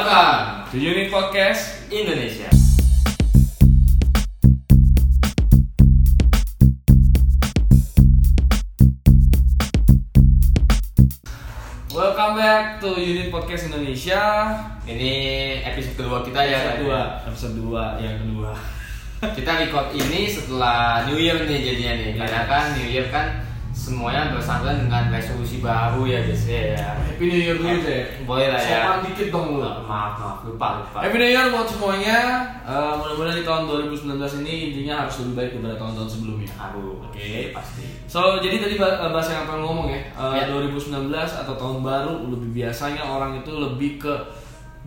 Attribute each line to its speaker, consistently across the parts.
Speaker 1: Welcome to Unit Podcast.
Speaker 2: Indonesia.
Speaker 1: Welcome back to Unit Podcast Indonesia.
Speaker 2: Ini episode kedua kita ya.
Speaker 1: Episode
Speaker 2: Kak.
Speaker 1: dua, episode dua yang kedua.
Speaker 2: Kita record ini setelah New Year nih jadinya nih.
Speaker 1: Yes.
Speaker 2: Karena kan New Year kan semuanya bersangkutan dengan resolusi baru ya biasanya ya.
Speaker 1: Happy New Year dulu deh.
Speaker 2: Boleh lah ya.
Speaker 1: Sopan dikit dong lu.
Speaker 2: Maaf maaf lupa lupa.
Speaker 1: Happy New Year buat semuanya. Eh, Mudah-mudahan di tahun 2019 ini intinya harus lebih baik daripada tahun-tahun sebelumnya.
Speaker 2: Aku
Speaker 1: Oke.
Speaker 2: iya, pasti.
Speaker 1: So, jadi tadi bah- eh, bahas yang apa yang lu ngomong ya,
Speaker 2: Ya.
Speaker 1: Eh, 2019 atau tahun baru lebih biasanya orang itu lebih ke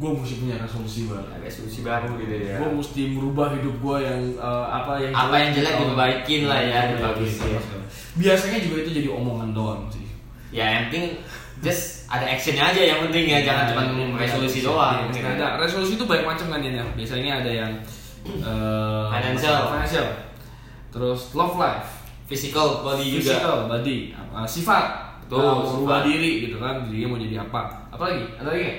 Speaker 1: gue mesti punya resolusi baru.
Speaker 2: Ya, Resolusi baru gitu ya.
Speaker 1: Gue mesti merubah hidup gue yang eh, Iya. apa yang
Speaker 2: Apa yang jelek
Speaker 1: Oh.
Speaker 2: dibaikin lah ya,
Speaker 1: Iya,
Speaker 2: dibagusin.
Speaker 1: iya, iya. Biasanya juga itu jadi omongan doang sih.
Speaker 2: Ya yang penting just ada actionnya aja yang penting ya. Jangan cuma resolusi doang. gitu.
Speaker 1: Iya, Ada resolusi itu banyak macam kan ya. Biasanya ada yang eh,
Speaker 2: Financial.
Speaker 1: masalah financial. Terus love life,
Speaker 2: Physical body Iya juga.
Speaker 1: physical, body, apa, sifat,
Speaker 2: Betul,
Speaker 1: Nah,
Speaker 2: sifat.
Speaker 1: merubah diri gitu kan. Dirinya mau jadi apa? Apa lagi? Ada lagi nggak?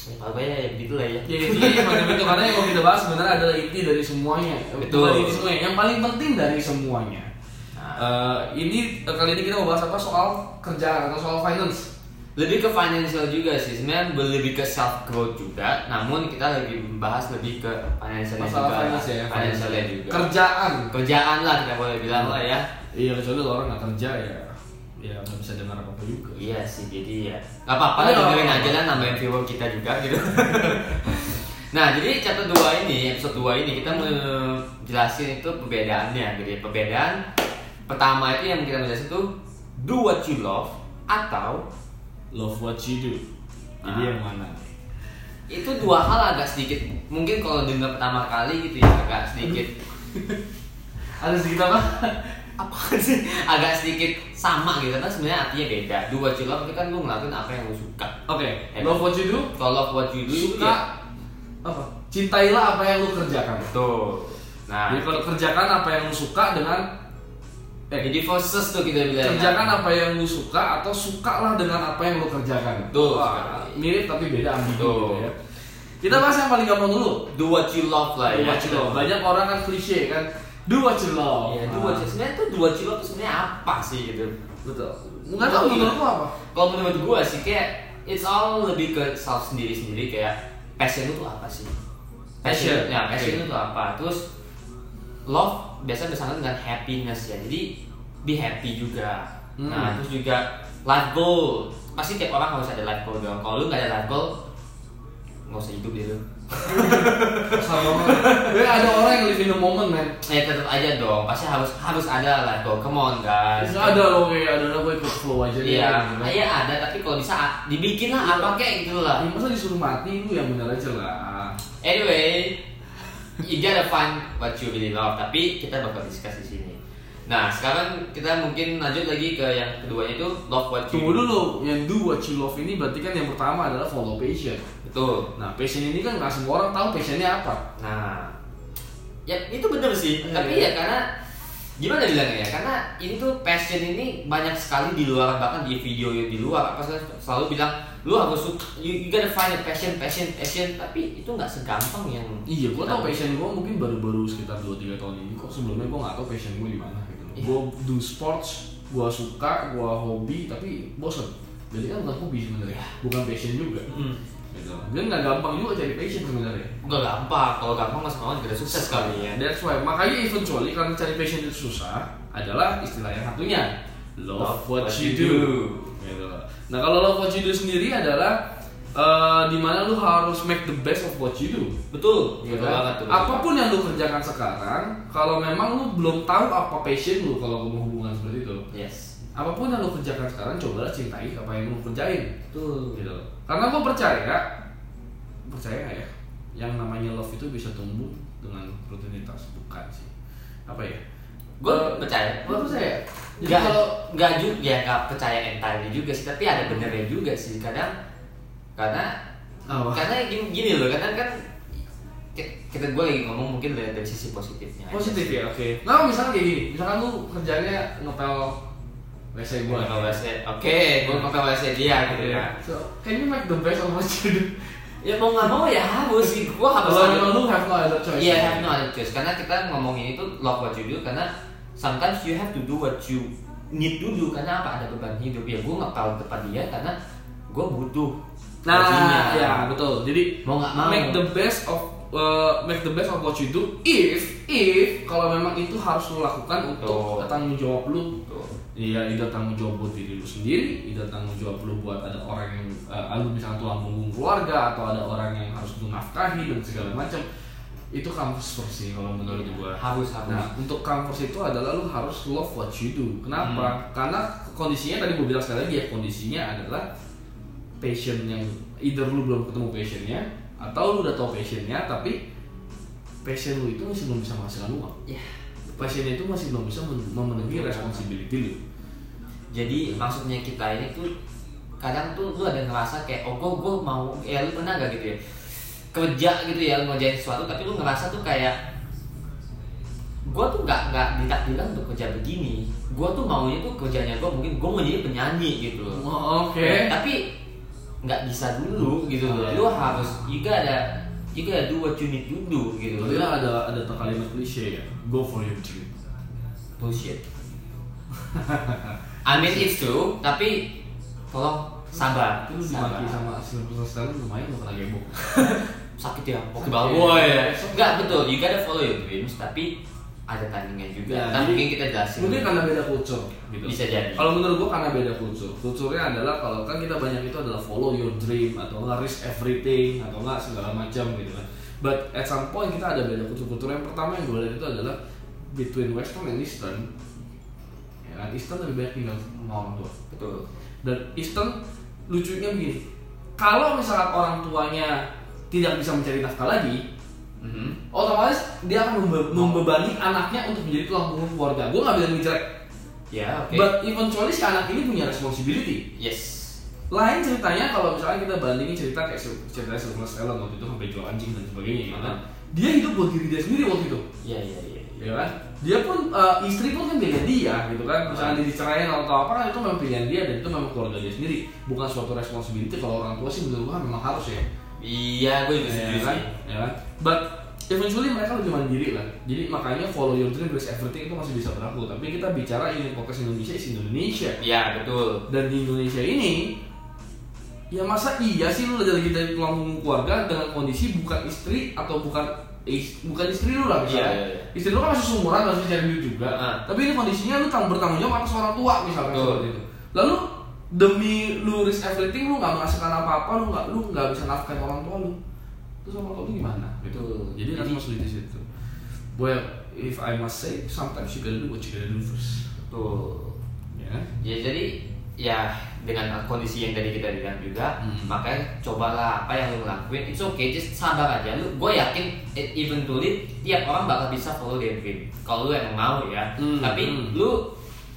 Speaker 2: Ya, Pokoknya ya gitu lah ya.
Speaker 1: Ya intinya semacam itu karena yang mau kita bahas sebenarnya adalah inti dari semuanya.
Speaker 2: Betul.
Speaker 1: Bukan inti semuanya. Yang paling penting dari semuanya.
Speaker 2: Nah.
Speaker 1: Eh, ini eh, kali ini kita mau bahas apa soal kerjaan atau soal finance.
Speaker 2: lebih ke financial juga sih sebenarnya lebih ke self growth juga namun kita lagi membahas lebih ke financial
Speaker 1: Masalah
Speaker 2: juga
Speaker 1: finance ya.
Speaker 2: financialnya juga
Speaker 1: Kerjaan.
Speaker 2: kerjaan lah kita boleh bilang lah ya
Speaker 1: Iya kecuali kalau orang nggak kerja ya ya nggak bisa dengar apa apa juga.
Speaker 2: iya sih jadi ya nggak apa-apa lah
Speaker 1: Iya.
Speaker 2: dengerin aja lah nambahin viewer kita juga gitu nah jadi chapter 2 ini episode 2 ini kita menjelasin itu perbedaannya jadi perbedaan pertama itu yang kita jelasin itu do what you love atau
Speaker 1: Love what you do.
Speaker 2: Ah.
Speaker 1: Jadi yang mana?
Speaker 2: itu dua hal agak sedikit mungkin kalau dengar pertama kali gitu ya agak sedikit
Speaker 1: Ada sedikit apa?
Speaker 2: apa sih agak sedikit sama gitu kan sebenarnya artinya beda dua cilok itu kan lu ngelakuin apa yang lu suka
Speaker 1: Oke.
Speaker 2: Eh,
Speaker 1: Love what you do.
Speaker 2: kalau love what you do
Speaker 1: Suka
Speaker 2: ya
Speaker 1: apa? Cintailah apa yang lu kerjakan.
Speaker 2: betul nah
Speaker 1: Jadi kalau kerjakan apa yang lu suka dengan eh
Speaker 2: jadi versus tuh kita bilang kan.
Speaker 1: kerjakan apa yang lu suka atau sukalah dengan apa yang lu kerjakan.
Speaker 2: Betul
Speaker 1: Wah,
Speaker 2: sekali.
Speaker 1: mirip tapi beda ambigu
Speaker 2: Betul.
Speaker 1: gitu ya. Kita bahas yang paling gampang dulu.
Speaker 2: do what you love lah ya
Speaker 1: Do what you love. Banyak orang kan klise kan. Iya, Do what you love.
Speaker 2: ya do what you sebenarnya tuh dua cilok tuh sebenarnya apa sih gitu
Speaker 1: Betul. Iya. Enggak tahu menurut lu apa?
Speaker 2: kalau menurut gua sih kayak it's all lebih ke self sendiri sendiri kayak passion lu tuh apa sih
Speaker 1: Passion.
Speaker 2: ya passion
Speaker 1: Oke.
Speaker 2: lu tuh apa terus love biasanya bersangkut dengan happiness ya jadi be happy juga nah
Speaker 1: Hmm.
Speaker 2: terus juga life goal pasti tiap orang harus ada life goal dong kalau lu nggak ada life goal nggak usah hidup gitu
Speaker 1: Sama banget. Eh, ada orang yang live in the moment, man.
Speaker 2: ya tetap aja dong pasti harus harus ada life goal come on guys
Speaker 1: Terus ada loh kayak ada orang gue ikut flow aja deh.
Speaker 2: Iya,
Speaker 1: gitu kan.
Speaker 2: iya ada tapi kalau bisa a- dibikin lah apa kayak gitu lah.
Speaker 1: Ya, masa disuruh mati lu yang bener aja lah.
Speaker 2: Anyway, you gotta find what you really love. Tapi kita bakal discuss di sini. Nah, sekarang kita mungkin lanjut lagi ke yang keduanya itu love what you
Speaker 1: Tunggu dulu, yang do what you love ini berarti kan yang pertama adalah follow passion.
Speaker 2: Betul.
Speaker 1: Nah, passion ini kan nggak semua orang tahu passionnya apa.
Speaker 2: Nah, ya itu bener sih.
Speaker 1: Iya,
Speaker 2: Tapi
Speaker 1: iya.
Speaker 2: ya karena gimana bilangnya ya karena ini tuh passion ini banyak sekali di luar bahkan di video yang di luar apa sel- selalu bilang lu harus suka- you, you gotta find a passion passion passion tapi itu nggak segampang yang
Speaker 1: Iya,
Speaker 2: kita-
Speaker 1: gua tau passion gua mungkin baru-baru sekitar 2-3 tahun ini. Kok sebelumnya gua nggak tahu passion gua di mana gitu. loh.
Speaker 2: Iya.
Speaker 1: Gua do sports, gua suka, gua hobi, tapi bosen. Jadi kan bukan hobi sebenarnya, bukan passion juga.
Speaker 2: Hmm.
Speaker 1: Gitu. Dan nggak gampang juga cari passion sebenarnya.
Speaker 2: nggak gampang kalau gampang mas orang tidak sukses kali ya
Speaker 1: That's why makanya eventually karena cari passion itu susah adalah istilah yang satunya love what, you do. Gitu. Nah kalau love what you do sendiri adalah eh, dimana lu harus make the best of what you do.
Speaker 2: Betul,
Speaker 1: Gitu
Speaker 2: betul
Speaker 1: kan?
Speaker 2: banget tuh.
Speaker 1: Apapun yang lu kerjakan sekarang, kalau memang lu belum tahu apa passion lu kalau mau hubungan seperti itu,
Speaker 2: Yes.
Speaker 1: apapun yang lu kerjakan sekarang cobalah cintai apa yang lu kerjain.
Speaker 2: Betul.
Speaker 1: Gitu. Karena gue percaya, percaya nggak ya, yang namanya love itu bisa tumbuh dengan rutinitas bukan sih. Apa ya?
Speaker 2: Gue
Speaker 1: Eh,
Speaker 2: percaya.
Speaker 1: Lu percaya? Jadi
Speaker 2: Gak,
Speaker 1: kalau
Speaker 2: gak juga, ya gak percaya entirely juga sih, tapi ada benernya juga sih kadang karena
Speaker 1: Apa?
Speaker 2: karena gini, gini loh, kadang kan ki- kita gue lagi ngomong mungkin dari, dari sisi positifnya. aja.
Speaker 1: positif ya, oke. Nah, misalnya kayak gini, misalkan lu kerjanya ngepel WC
Speaker 2: Gua
Speaker 1: gua. Iya.
Speaker 2: ke WC, oke, gua ke WC dia gitu ya.
Speaker 1: So, can you make the best of what you do?
Speaker 2: Ya mau nggak mau ya harus sih, gua harus.
Speaker 1: Kalau
Speaker 2: ada-
Speaker 1: memang lu have Oh, no other choice.
Speaker 2: Iya, have no other choice. Karena kita ngomongin itu love what you do karena sometimes you have to do what you need to do karena apa ada beban hidup ya gue ngepel depan dia karena gue butuh
Speaker 1: Nah,
Speaker 2: gajinya.
Speaker 1: ya betul. Jadi
Speaker 2: Mau nggak mau.
Speaker 1: make the best of uh, make the best of what you do if if kalau memang itu harus lu lakukan untuk
Speaker 2: Betul.
Speaker 1: tanggung jawab lu.
Speaker 2: Betul.
Speaker 1: Iya, itu tanggung jawab buat diri lu sendiri, itu tanggung jawab lu buat ada orang yang uh, lu misalnya tulang punggung keluarga atau ada orang yang harus lu nafkahi dan segala macam. Itu kamu first sih kalau menurut
Speaker 2: Iya.
Speaker 1: gua.
Speaker 2: harus harus
Speaker 1: Nah, untuk campers itu adalah lu harus love what you do. Kenapa? Karena kondisinya tadi gue bilang sekali lagi ya kondisinya adalah passion yang either lu belum ketemu passionnya atau lu udah tahu passionnya tapi passion lu itu masih belum bisa menghasilkan uang.
Speaker 2: ya
Speaker 1: Passionnya itu masih belum bisa men- memenuhi responsibility lu.
Speaker 2: jadi maksudnya kita ini tuh kadang tuh lu ada ngerasa kayak oh gue gue mau ya lu pernah gak gitu ya kerja gitu ya ngerjain sesuatu tapi lu ngerasa tuh kayak gue tuh gak nggak ditakdirkan untuk kerja begini gue tuh maunya tuh kerjanya gue mungkin gue mau jadi penyanyi gitu loh
Speaker 1: Oh, Oke.
Speaker 2: tapi nggak bisa dulu gitu loh lu harus juga ada juga ada do what you need to do gitu
Speaker 1: Eh, Itu
Speaker 2: loh
Speaker 1: ada ada kalimat klise ya. Go for your dream.
Speaker 2: bullshit I mean it's true tapi tolong sabar
Speaker 1: Itu lu
Speaker 2: sabar
Speaker 1: dimaki sama silver sekarang lumayan lu kena gebok.
Speaker 2: sakit ya oke
Speaker 1: Sakit. Iya.
Speaker 2: banget boy nggak betul you gotta follow your dreams tapi ada tandingan
Speaker 1: Ya,
Speaker 2: juga Ntar
Speaker 1: jadi-
Speaker 2: mungkin kita jelasin
Speaker 1: Mungkin kan- karena beda kultur gitu.
Speaker 2: bisa jadi
Speaker 1: Kalau menurut gua karena beda kultur. Kulturnya adalah kalau kan kita banyak itu adalah follow your dream atau nggak risk everything atau nggak segala macam gitu kan. But at some point kita ada beda kultur-kultur. Yang pertama yang gue lihat itu adalah between Western and Eastern. Ya kan, Eastern lebih banyak tinggal sama orang tua.
Speaker 2: betul
Speaker 1: Dan Eastern lucunya begini. Kalau misalkan orang tuanya tidak bisa mencari nafkah lagi,
Speaker 2: Mhm.
Speaker 1: otomatis dia akan membe- membebani anaknya untuk menjadi tulang punggung keluarga. Gue nggak bilang ini jelek,
Speaker 2: ya oke
Speaker 1: But eventually si anak ini punya responsibility.
Speaker 2: yes
Speaker 1: Lain ceritanya kalau misalnya kita bandingin cerita kayak sil- cerita Sylvester Stallone waktu itu sampai jual anjing dan sebagainya, ya kan? Dia hidup buat diri dia sendiri waktu itu,
Speaker 2: iya iya iya
Speaker 1: ya kan? Dia pun eh, istri pun kan pilihan dia, gitu kan?
Speaker 2: Ah.
Speaker 1: Misalnya dia diceraiin atau apa kan itu memang pilihan dia dan itu memang keluarga dia sendiri, bukan suatu responsibility kalau orang tua sih menurut gua memang harus ya,
Speaker 2: iya gue juga
Speaker 1: ya
Speaker 2: setuju
Speaker 1: kan?
Speaker 2: sih
Speaker 1: Ya kan? But eventually mereka lebih mandiri lah. Jadi makanya follow your dream, risk everything itu masih bisa berlaku. Tapi kita bicara ini podcast Indonesia is Indonesia.
Speaker 2: iya betul
Speaker 1: dan di Indonesia ini ya masa iya sih lu udah lagi dari tulang punggung keluarga dengan kondisi bukan istri atau bukan is- bukan istri lu lah misalnya
Speaker 2: Iya, iya, iya.
Speaker 1: istri lu kan masih seumuran masih cari duit juga
Speaker 2: Ah.
Speaker 1: tapi ini kondisinya lu tang bertanggung jawab atas orang tua misalnya
Speaker 2: Betul.
Speaker 1: seperti itu lalu demi lu risk everything lu nggak menghasilkan apa apa lu nggak lu nggak bisa nafkahin orang tua lu terus orang tua lu gimana
Speaker 2: Betul.
Speaker 1: jadi
Speaker 2: Jadi-
Speaker 1: responsibility di situ well if I must say sometimes you gotta do what you gotta do first
Speaker 2: betul
Speaker 1: ya kan?
Speaker 2: ya jadi ya dengan kondisi yang tadi kita bilang juga
Speaker 1: Hmm.
Speaker 2: makanya cobalah apa yang lu lakuin it's okay just sabar aja lu gue yakin e- eventually tiap orang bakal bisa follow their dream kalau lu emang mau ya
Speaker 1: Hmm,
Speaker 2: tapi
Speaker 1: hmm.
Speaker 2: lu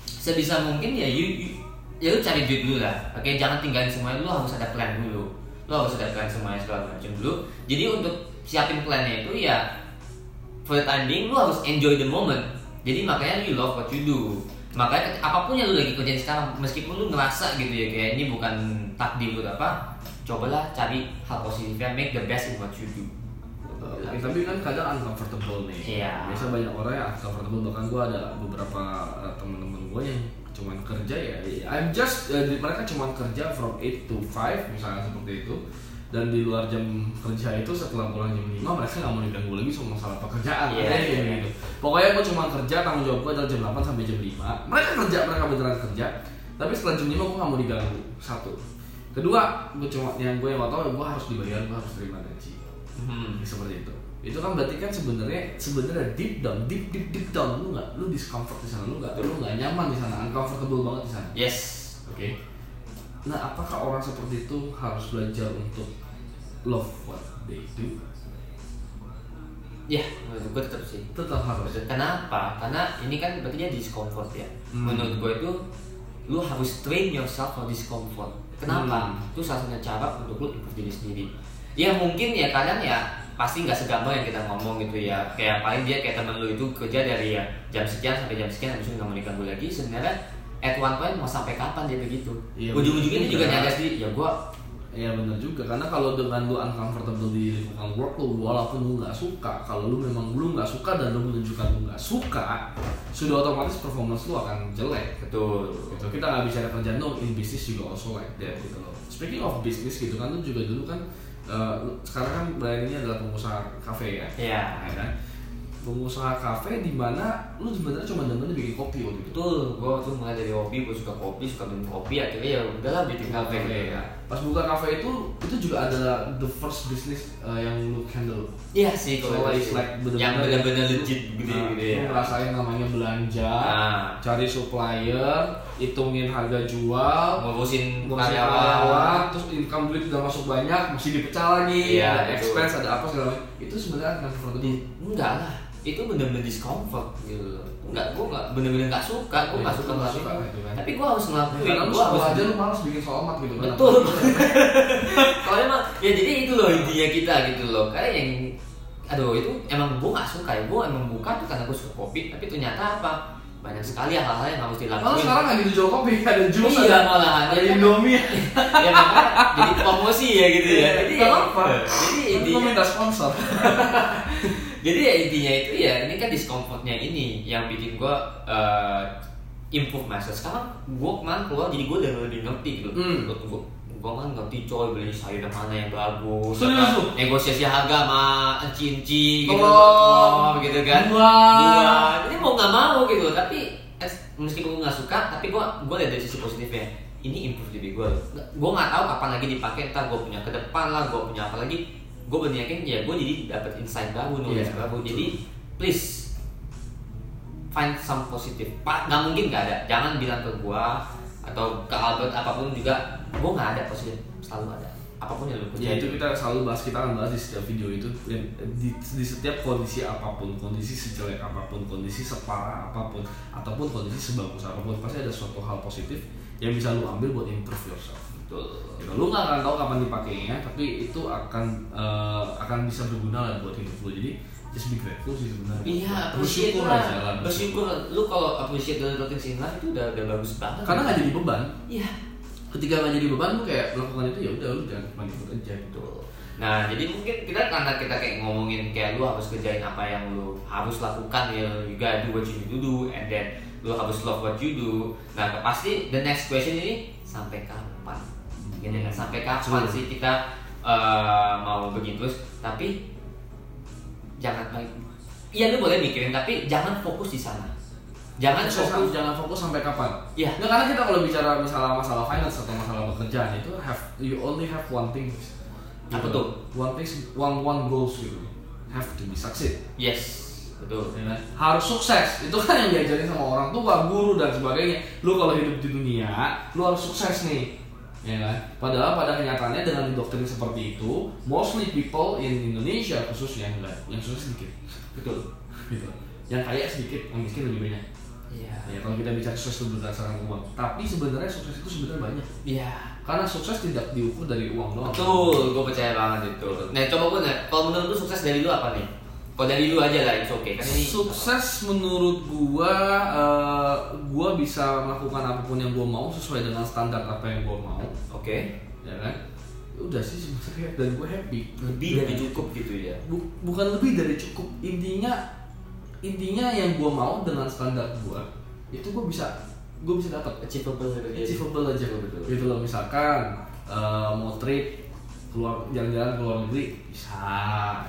Speaker 2: sebisa mungkin ya you, you- ya lu cari duit dulu lah oke jangan tinggalin semuanya lu harus ada plan dulu lu harus ada plan semuanya segala macam dulu jadi untuk siapin plannya itu ya for the time being lu harus enjoy the moment jadi makanya you love what you do makanya apapun yang lu lagi kerjain sekarang meskipun lu ngerasa gitu ya kayak ini bukan takdir lu atau apa cobalah cari hal positifnya make the best in what you do
Speaker 1: Eh, tapi kan kadang uncomfortable nih.
Speaker 2: Iya.
Speaker 1: Biasa banyak orang yang uncomfortable bahkan gue ada beberapa eh, teman-teman gue yang cuman kerja ya. I'm just eh, di- mereka cuman kerja from 8 to 5 misalnya seperti itu. Dan di luar jam kerja itu setelah pulang jam 5 mereka nggak mau diganggu lagi soal masalah pekerjaan
Speaker 2: Iya,
Speaker 1: katanya
Speaker 2: iya,
Speaker 1: kayak
Speaker 2: iya.
Speaker 1: gitu. Pokoknya gue cuma kerja tanggung jawab gue adalah jam 8 sampai jam 5. Mereka kerja mereka beneran kerja. Tapi setelah jam 5 gue nggak mau diganggu satu. Kedua, gue cuma yang gue yang gak tau gue harus dibayar, gue harus terima gaji
Speaker 2: hmm.
Speaker 1: seperti itu itu kan berarti kan sebenarnya sebenarnya deep down deep deep deep down lu nggak lu discomfort di sana lu nggak lu nggak nyaman di sana uncomfortable banget di sana
Speaker 2: yes
Speaker 1: oke nah apakah orang seperti itu harus belajar untuk love what they do
Speaker 2: ya menurut gue tetap sih
Speaker 1: tetap harus
Speaker 2: Kenapa? Karena ini kan berarti dia discomfort ya.
Speaker 1: Hmm.
Speaker 2: Menurut gue itu lu harus train yourself for discomfort. Kenapa?
Speaker 1: Hmm.
Speaker 2: Itu salah satunya cara untuk lu improve diri sendiri. Ya mungkin ya kadang ya pasti nggak segampang yang kita ngomong gitu ya. Kayak paling dia kayak temen lu itu kerja dari ya jam sekian sampai jam sekian habis itu nggak mau diganggu lagi. Sebenarnya at one point mau sampai kapan dia begitu
Speaker 1: Iya,
Speaker 2: ujung-ujungnya dia
Speaker 1: bener
Speaker 2: juga
Speaker 1: juga.
Speaker 2: nyagas di ya gua
Speaker 1: Iya bener juga, karena kalau dengan lu uncomfortable di lingkungan work lu Walaupun lu nggak suka, kalau lu memang lu nggak suka dan lu menunjukkan lu nggak suka Sudah otomatis performance lu akan jelek
Speaker 2: betul
Speaker 1: gitu. Kita nggak bicara kerjaan dong, in business juga also like that gitu loh Speaking of business gitu kan, lu juga dulu kan eh, lu- Sekarang kan Brian ini adalah pengusaha kafe ya
Speaker 2: ya
Speaker 1: Ya kan? Pengusaha kafe di mana lu sebenarnya cuma demennya bikin kopi waktu itu
Speaker 2: betul gua tuh mulai dari hobi gua suka kopi suka minum kopi akhirnya ya udahlah bikin
Speaker 1: Iya,
Speaker 2: kafe gitu ya
Speaker 1: Pas buka kafe itu, itu juga ada the first business eh, yang lu handle
Speaker 2: iya sih kalau
Speaker 1: Soalnya
Speaker 2: gua
Speaker 1: it's
Speaker 2: sih.
Speaker 1: like bener-bener- ya.
Speaker 2: yang benar-benar legit gitu gitu
Speaker 1: Nah, lu
Speaker 2: ya
Speaker 1: ngerasain namanya belanja,
Speaker 2: Nah.
Speaker 1: cari supplier, hitungin harga jual,
Speaker 2: Ah, ngurusin
Speaker 1: ngurusin
Speaker 2: karyawan
Speaker 1: terus income duit udah masuk banyak, mesti dipecah lagi,
Speaker 2: Iya,
Speaker 1: ada
Speaker 2: itu.
Speaker 1: expense, ada apa segala macam. Itu sebenarnya uncomfortable.
Speaker 2: Di- enggak lah itu bener-bener discomfort gitu loh enggak gue enggak bener-bener enggak suka gue
Speaker 1: Iya,
Speaker 2: enggak suka
Speaker 1: nggak
Speaker 2: ngelakuin
Speaker 1: suka,
Speaker 2: itu.
Speaker 1: gitu kan.
Speaker 2: tapi gue harus ngelakuin
Speaker 1: Karena lu
Speaker 2: gue
Speaker 1: sekolah
Speaker 2: harus
Speaker 1: aja lu malas bikin somat gitu kan.
Speaker 2: betul soalnya emang ya jadi itu loh intinya kita gitu loh karena yang aduh itu emang gue nggak suka ya gue emang buka tuh karena gue suka kopi tapi ternyata apa banyak sekali hal-hal yang harus
Speaker 1: Malah
Speaker 2: dilakuin
Speaker 1: sekarang nggak gitu jual kopi, ada jus,
Speaker 2: Iya,
Speaker 1: ada
Speaker 2: malahan.
Speaker 1: ada Indomie.
Speaker 2: ya makanya jadi promosi ya gitu ya jadi
Speaker 1: Nggak
Speaker 2: ya,
Speaker 1: apa-apa.
Speaker 2: jadi
Speaker 1: Nanti gua
Speaker 2: intinya
Speaker 1: minta sponsor.
Speaker 2: jadi ya intinya itu ya ini kan discomfortnya ini yang bikin gue improve myself sekarang gue kemarin keluar jadi gue udah lebih ngerti gitu
Speaker 1: Hmm.
Speaker 2: gue gue kan ngerti coy beli sayur yang mana yang bagus
Speaker 1: Serius
Speaker 2: apa,
Speaker 1: lu?
Speaker 2: negosiasi harga sama cinci gitu telur,
Speaker 1: Telur,
Speaker 2: gitu kan
Speaker 1: buah.
Speaker 2: Buah. ini mau nggak mau gitu tapi eh, meskipun gue nggak suka tapi gue gue lihat dari sisi positifnya ini improve diri gue gue nggak tahu kapan lagi dipakai entah gue punya ke depan lah gue punya apa lagi gue bener yakin ya gue jadi dapat insight baru nulis
Speaker 1: Iya,
Speaker 2: baru
Speaker 1: betul.
Speaker 2: jadi please find some positif pak nggak mungkin nggak ada jangan bilang ke gua atau ke Albert apapun juga gua nggak ada positif selalu ada apapun yang lu kerjain
Speaker 1: Ya itu kita selalu bahas kita akan bahas di setiap video itu dan di, di setiap kondisi apapun kondisi sejelek apapun kondisi separah apapun ataupun kondisi sebagus apapun pasti ada suatu hal positif yang bisa lu ambil buat improve yourself.
Speaker 2: betul
Speaker 1: Gitu. Lu nggak akan tahu kapan dipakainya tapi itu akan eh, akan bisa berguna lah buat hidup lu jadi just be grateful sih sebenarnya.
Speaker 2: iya appreciate
Speaker 1: bersyukur
Speaker 2: lah
Speaker 1: aja lah
Speaker 2: bersyukur lu kalau appreciate dan rutin lah itu udah udah bagus banget
Speaker 1: Karena nggak jadi beban.
Speaker 2: iya
Speaker 1: Ketika nggak jadi beban lu kayak melakukan itu ya udah lu jangan cuma ikut aja gitu.
Speaker 2: betul nah jadi mungkin kita karena kita kayak ngomongin kayak lu harus kerjain apa yang lu harus lakukan ya you gotta do what you need to do and then lu harus love what you do nah pasti the next question ini sampai kapan gitu kan sampai kapan sih kita eh, mau begitu terus tapi jangan iya lu boleh mikirin tapi jangan fokus di sana jangan
Speaker 1: Jangan
Speaker 2: fokus
Speaker 1: jangan fokus sampai kapan?
Speaker 2: ya
Speaker 1: Nggak, karena kita kalau bicara misalnya masalah finance atau masalah pekerjaan itu have you only have one thing.
Speaker 2: Apa tuh?
Speaker 1: One thing, one one goals gitu. Have to be succeed.
Speaker 2: yes betul iya.
Speaker 1: Ya kan? Harus sukses. Itu kan yang diajarin sama orang tua, guru dan sebagainya. Lu kalau hidup di dunia, lu harus sukses nih. Ya kan? Padahal pada kenyataannya dengan doktrin seperti itu, mostly people in Indonesia khususnya enggak, yang sukses sedikit. Betul. Gitu. Yang kaya sedikit, yang miskin lebih banyak.
Speaker 2: iya
Speaker 1: Ya, kalau kita bicara sukses itu berdasarkan uang, tapi sebenarnya sukses itu sebenarnya banyak.
Speaker 2: iya
Speaker 1: Karena sukses tidak diukur dari uang doang.
Speaker 2: Betul, gue percaya banget itu. Nah, coba gue nih, kalau menurut lu sukses dari lu apa nih? Kalau dari lu aja lah, it's okay. Kan ini
Speaker 1: Sukses menurut gua, eh, gua bisa melakukan apapun yang gua mau sesuai dengan standar apa yang gua mau,
Speaker 2: Oke,
Speaker 1: ya kan? Udah sih sebenarnya dan gua happy.
Speaker 2: lebih dari cukup gitu ya.
Speaker 1: Bu- bukan lebih dari cukup. Intinya intinya yang gua mau dengan standar gua itu gua bisa gua bisa dapat.
Speaker 2: Achievable gitu ya.
Speaker 1: achievable aja
Speaker 2: Betul.
Speaker 1: Iya, gitu loh misalkan eh, mau trip keluar jalan-jalan ke luar negeri bisa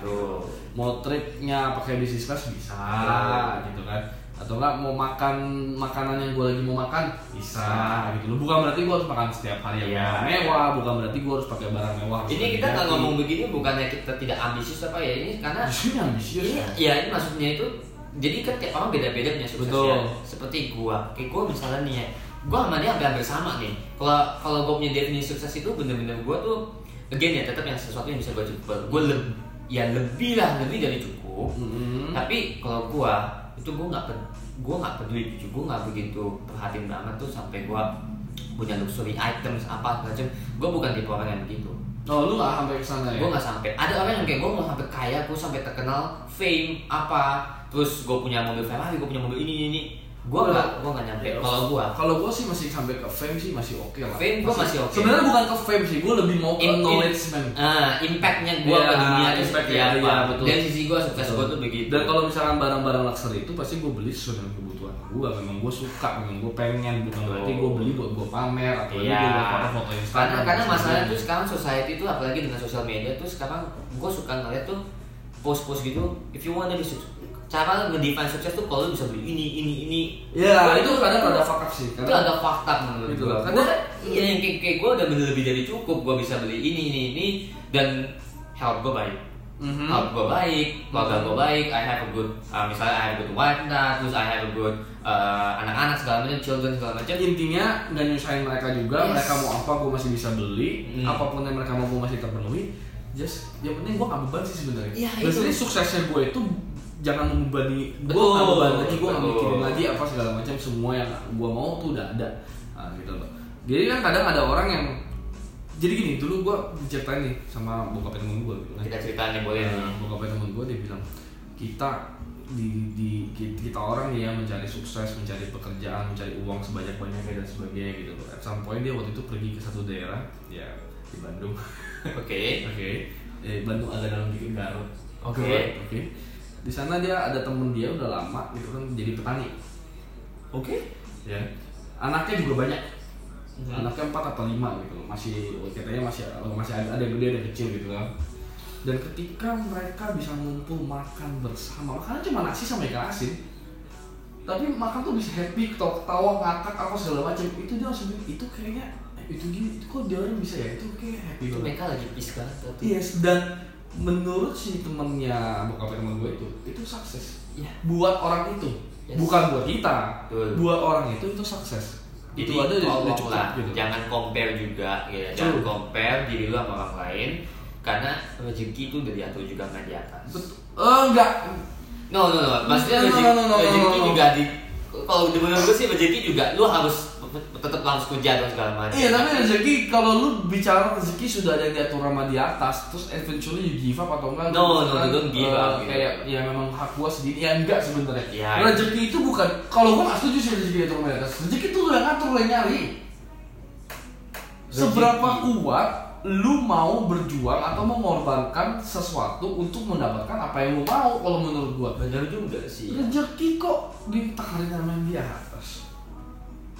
Speaker 2: Tuh.
Speaker 1: mau tripnya pakai bisnis class bisa
Speaker 2: Iya.
Speaker 1: gitu kan atau enggak mau makan makanan yang gue lagi mau makan bisa gitu loh bukan berarti gue harus makan setiap hari yang
Speaker 2: Iya.
Speaker 1: mewah bukan berarti gue harus pakai barang mewah harus
Speaker 2: Ini kita
Speaker 1: hati-hati.
Speaker 2: nggak ngomong gitu. begini bukannya kita tidak ambisius apa ya ini karena
Speaker 1: Justru ini ambisius
Speaker 2: ini
Speaker 1: kan?
Speaker 2: ya ini maksudnya itu jadi kan tiap orang beda-beda punya suksesnya.
Speaker 1: Betul.
Speaker 2: Seperti gua, kayak gua misalnya nih ya, gua sama dia hampir-hampir sama nih. Kalau kalau gua punya definisi sukses itu bener-bener gua tuh again ya tetap yang sesuatu yang bisa gua cukup. Gua lebih ya lebih lah lebih dari cukup.
Speaker 1: Mm-mm.
Speaker 2: tapi kalau gua itu gua nggak ped, gua nggak peduli jujur gua nggak begitu perhatiin banget tuh sampai gua punya luxury items apa macam gua bukan tipe orang yang begitu
Speaker 1: oh lu nggak sampai ke sana ya
Speaker 2: gua nggak sampai ada orang yang kayak gua mau sampai kaya gua sampai terkenal fame apa terus gua punya mobil Ferrari gua punya mobil ini ini, ini Gua nggak, gua nggak nyampe.
Speaker 1: Ya,
Speaker 2: Kalau gua
Speaker 1: kalau gua sih masih sampai ke fame sih masih oke lah.
Speaker 2: Fame gua masih oke.
Speaker 1: Sebenarnya bukan ke fame sih, gua lebih mau ke
Speaker 2: In- in-
Speaker 1: knowledge man.
Speaker 2: ah, impactnya gua
Speaker 1: Oh, Iya,
Speaker 2: ke dunia itu
Speaker 1: impact
Speaker 2: seperti
Speaker 1: ya,
Speaker 2: apa.
Speaker 1: iya, betul.
Speaker 2: Dan sisi gua sukses gua tuh begitu.
Speaker 1: Dan kalau misalkan barang-barang luxury itu pasti gue beli sesuai dengan kebutuhan gue. Memang gue suka, memang gue pengen. Bukan
Speaker 2: Betul.
Speaker 1: berarti gue beli buat gue pamer atau
Speaker 2: Iya.
Speaker 1: gue buat foto-foto Instagram.
Speaker 2: karena karena
Speaker 1: dan
Speaker 2: masalahnya tuh
Speaker 1: sebagainya.
Speaker 2: sekarang society tuh apalagi dengan sosial media tuh sekarang gue suka ngeliat tuh post-post gitu if you want to be sukses cara ngedefine sukses tuh kalau lu bisa beli ini ini ini
Speaker 1: Ya
Speaker 2: Gua
Speaker 1: itu kadang ada fakap sih.
Speaker 2: itu
Speaker 1: Karena
Speaker 2: ada fakta menurut
Speaker 1: Gitu
Speaker 2: gue
Speaker 1: lah,
Speaker 2: gue
Speaker 1: karena-
Speaker 2: iya yang kayak, kayak gue udah bener lebih dari cukup gue bisa beli ini ini ini dan health gue baik
Speaker 1: Mhm.
Speaker 2: health gue baik keluarga
Speaker 1: Mhm.
Speaker 2: gue baik I have a good uh, misalnya I have a good wife nah, terus I have a good uh, anak-anak segala macam children segala macam
Speaker 1: intinya nggak nyusahin mereka juga.
Speaker 2: Yes.
Speaker 1: Mereka mau apa gue masih bisa beli.
Speaker 2: Hmm.
Speaker 1: Apapun yang mereka mau gue masih terpenuhi. Just yang penting gue nggak beban sih sebenarnya.
Speaker 2: Iya, itu.
Speaker 1: Maksudnya suksesnya gue itu jangan membebani gue
Speaker 2: Betul.
Speaker 1: nggak beban lagi gue nggak
Speaker 2: Betul.
Speaker 1: mikirin lagi apa segala macam semua yang gue mau tuh udah ada nah, gitu loh jadi kan kadang ada orang yang jadi gini dulu gue diceritain nih sama bokapnya temen gue gitu kan
Speaker 2: kita ceritanya boleh nih.
Speaker 1: Nah, bokapnya temen gue dia bilang kita di, di ki- kita orang ya mencari sukses, mencari pekerjaan, mencari uang sebanyak banyaknya dan sebagainya gitu. loh. At some point dia waktu itu pergi ke satu daerah ya di Bandung.
Speaker 2: oke
Speaker 1: Oke. Eh, Bandung agak dalam dikit Garut.
Speaker 2: Oke.
Speaker 1: Oke. Di sana dia ada temen dia udah lama gitu kan jadi petani. Oke. Ya. Anaknya juga banyak.
Speaker 2: Mhm.
Speaker 1: Anaknya empat atau lima gitu loh. masih katanya masih masih ada, ada yang gede ada yang kecil gitu kan. Dan ketika mereka bisa ngumpul makan bersama, makanan cuma nasi sama ikan asin. Tapi makan tuh bisa happy, ketawa, ngakak, apa segala macam. Itu dia langsung bilang, itu kayaknya eh, itu gini, itu kok dia orang bisa ya? Itu kayak happy
Speaker 2: itu
Speaker 1: banget.
Speaker 2: mereka lagi peace banget tuh.
Speaker 1: Yes, dan menurut si temennya bokap temen gue itu, itu sukses.
Speaker 2: Iya.
Speaker 1: Buat orang itu,
Speaker 2: Yes.
Speaker 1: bukan buat kita.
Speaker 2: Betul.
Speaker 1: Buat orang itu itu sukses.
Speaker 2: Jadi
Speaker 1: itu ada
Speaker 2: tolong
Speaker 1: udah cukup
Speaker 2: lah,
Speaker 1: gitu.
Speaker 2: jangan compare juga, ya. jangan
Speaker 1: Betul.
Speaker 2: compare diri lu sama orang lain, karena rezeki itu udah diatur juga kan? nggak di atas.
Speaker 1: Betul. Eh, enggak.
Speaker 2: No no no, maksudnya
Speaker 1: No, no,
Speaker 2: rezeki,
Speaker 1: no, no, no,
Speaker 2: rezeki
Speaker 1: no, no.
Speaker 2: juga di kalau di menurut gue sih rezeki juga lu harus tetap harus kerja dan segala macam.
Speaker 1: Iya, tapi rezeki kalau lu bicara rezeki sudah ada yang diatur sama di atas, terus eventually you give up atau enggak?
Speaker 2: No,
Speaker 1: lu
Speaker 2: no,
Speaker 1: misalkan,
Speaker 2: you don't give
Speaker 1: eh,
Speaker 2: up, gitu.
Speaker 1: Kayak ya memang hak gua sendiri, ya enggak sebenarnya.
Speaker 2: Iya.
Speaker 1: Rezeki itu bukan. Kalau gua nggak setuju sih rezeki diatur sama di atas. Rezeki itu lu yang ngatur, lu yang nyari.
Speaker 2: Rezeki.
Speaker 1: Seberapa kuat lu mau berjuang atau mengorbankan sesuatu untuk mendapatkan apa yang lu mau kalau menurut gua
Speaker 2: bener juga sih.
Speaker 1: rezeki kok ditakarin sama yang di atas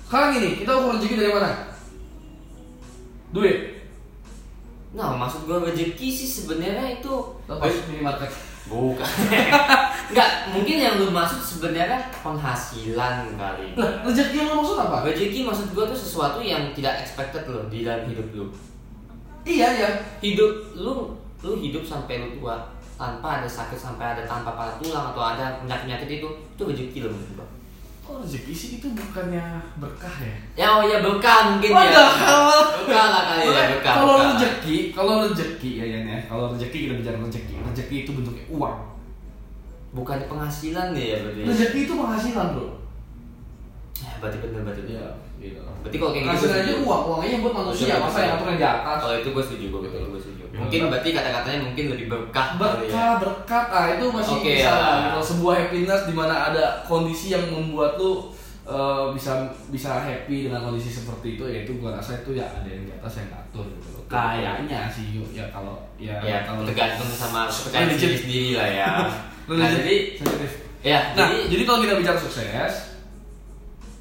Speaker 1: sekarang ini kita ukur rezeki dari mana duit
Speaker 2: Nah maksud gue rezeki sih sebenarnya itu
Speaker 1: lepas minimarket
Speaker 2: bukan. Enggak, mungkin yang lu maksud sebenarnya penghasilan kali.
Speaker 1: lah rezeki yang lo maksud apa
Speaker 2: Rezeki maksud gue tuh sesuatu yang tidak expected loh di dalam hidup lu.
Speaker 1: iya iya
Speaker 2: Hidup lu, lu hidup sampai lu tua tanpa ada sakit sampai ada tanpa patah tulang atau ada penyakit penyakit itu itu rezeki loh menurut gue.
Speaker 1: kok rezeki sih itu bukannya berkah ya
Speaker 2: Ya oh ya berkah mungkin ya.
Speaker 1: Wadah, kalau-
Speaker 2: Berkah lah kali ya
Speaker 1: Makanya
Speaker 2: berkah.
Speaker 1: kalau
Speaker 2: berkah.
Speaker 1: rezeki kalau rezeki ya Yan, ya kalau rezeki kita bicara rezeki rezeki itu bentuknya uang
Speaker 2: bukan penghasilan ya berarti.
Speaker 1: rezeki itu penghasilan bro
Speaker 2: Ya, berarti bener berarti.
Speaker 1: iya gitu
Speaker 2: Berarti kalau kayak gitu.
Speaker 1: penghasilan aja uang uangnya buat manusia masa yang ngatur yang di atas
Speaker 2: Kalau itu gue setuju, gue gue setuju.
Speaker 1: Ya,
Speaker 2: Mungkin
Speaker 1: berkah.
Speaker 2: berarti kata-katanya mungkin lebih berkah. kali ya.
Speaker 1: berkah berkat ah itu masih
Speaker 2: Oke,
Speaker 1: bisa
Speaker 2: ya.
Speaker 1: lah, gitu. sebuah happiness di mana ada kondisi yang membuat lu eh, bisa bisa happy dengan kondisi seperti itu yaitu gua rasa itu ya ada yang di atas yang ngatur gitu loh. kayaknya sih yuk ya kalau ya,
Speaker 2: Ya,
Speaker 1: kalau
Speaker 2: tergantung sama kepercayaan
Speaker 1: Religion.
Speaker 2: diri sendiri lah ya. Nah,
Speaker 1: Religion.
Speaker 2: jadi
Speaker 1: Sensitif.
Speaker 2: ya,
Speaker 1: nah
Speaker 2: jadi
Speaker 1: jadi, kalau kita bicara sukses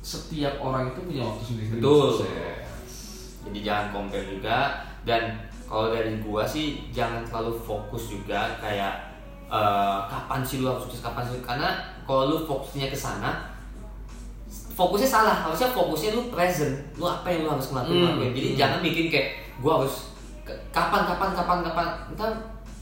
Speaker 1: setiap orang itu punya waktu sendiri
Speaker 2: Betul.
Speaker 1: untuk sukses
Speaker 2: jadi jangan compare juga dan kalau dari gua sih jangan terlalu fokus juga kayak eh, kapan sih lu harus sukses kapan sih karena kalau lu fokusnya ke sana fokusnya salah harusnya fokusnya lu present lu apa yang lu harus ngelakuin
Speaker 1: Hmm.
Speaker 2: ngelakuin. jadi
Speaker 1: Hmm.
Speaker 2: jangan bikin kayak gua harus ke- kapan kapan kapan kapan entar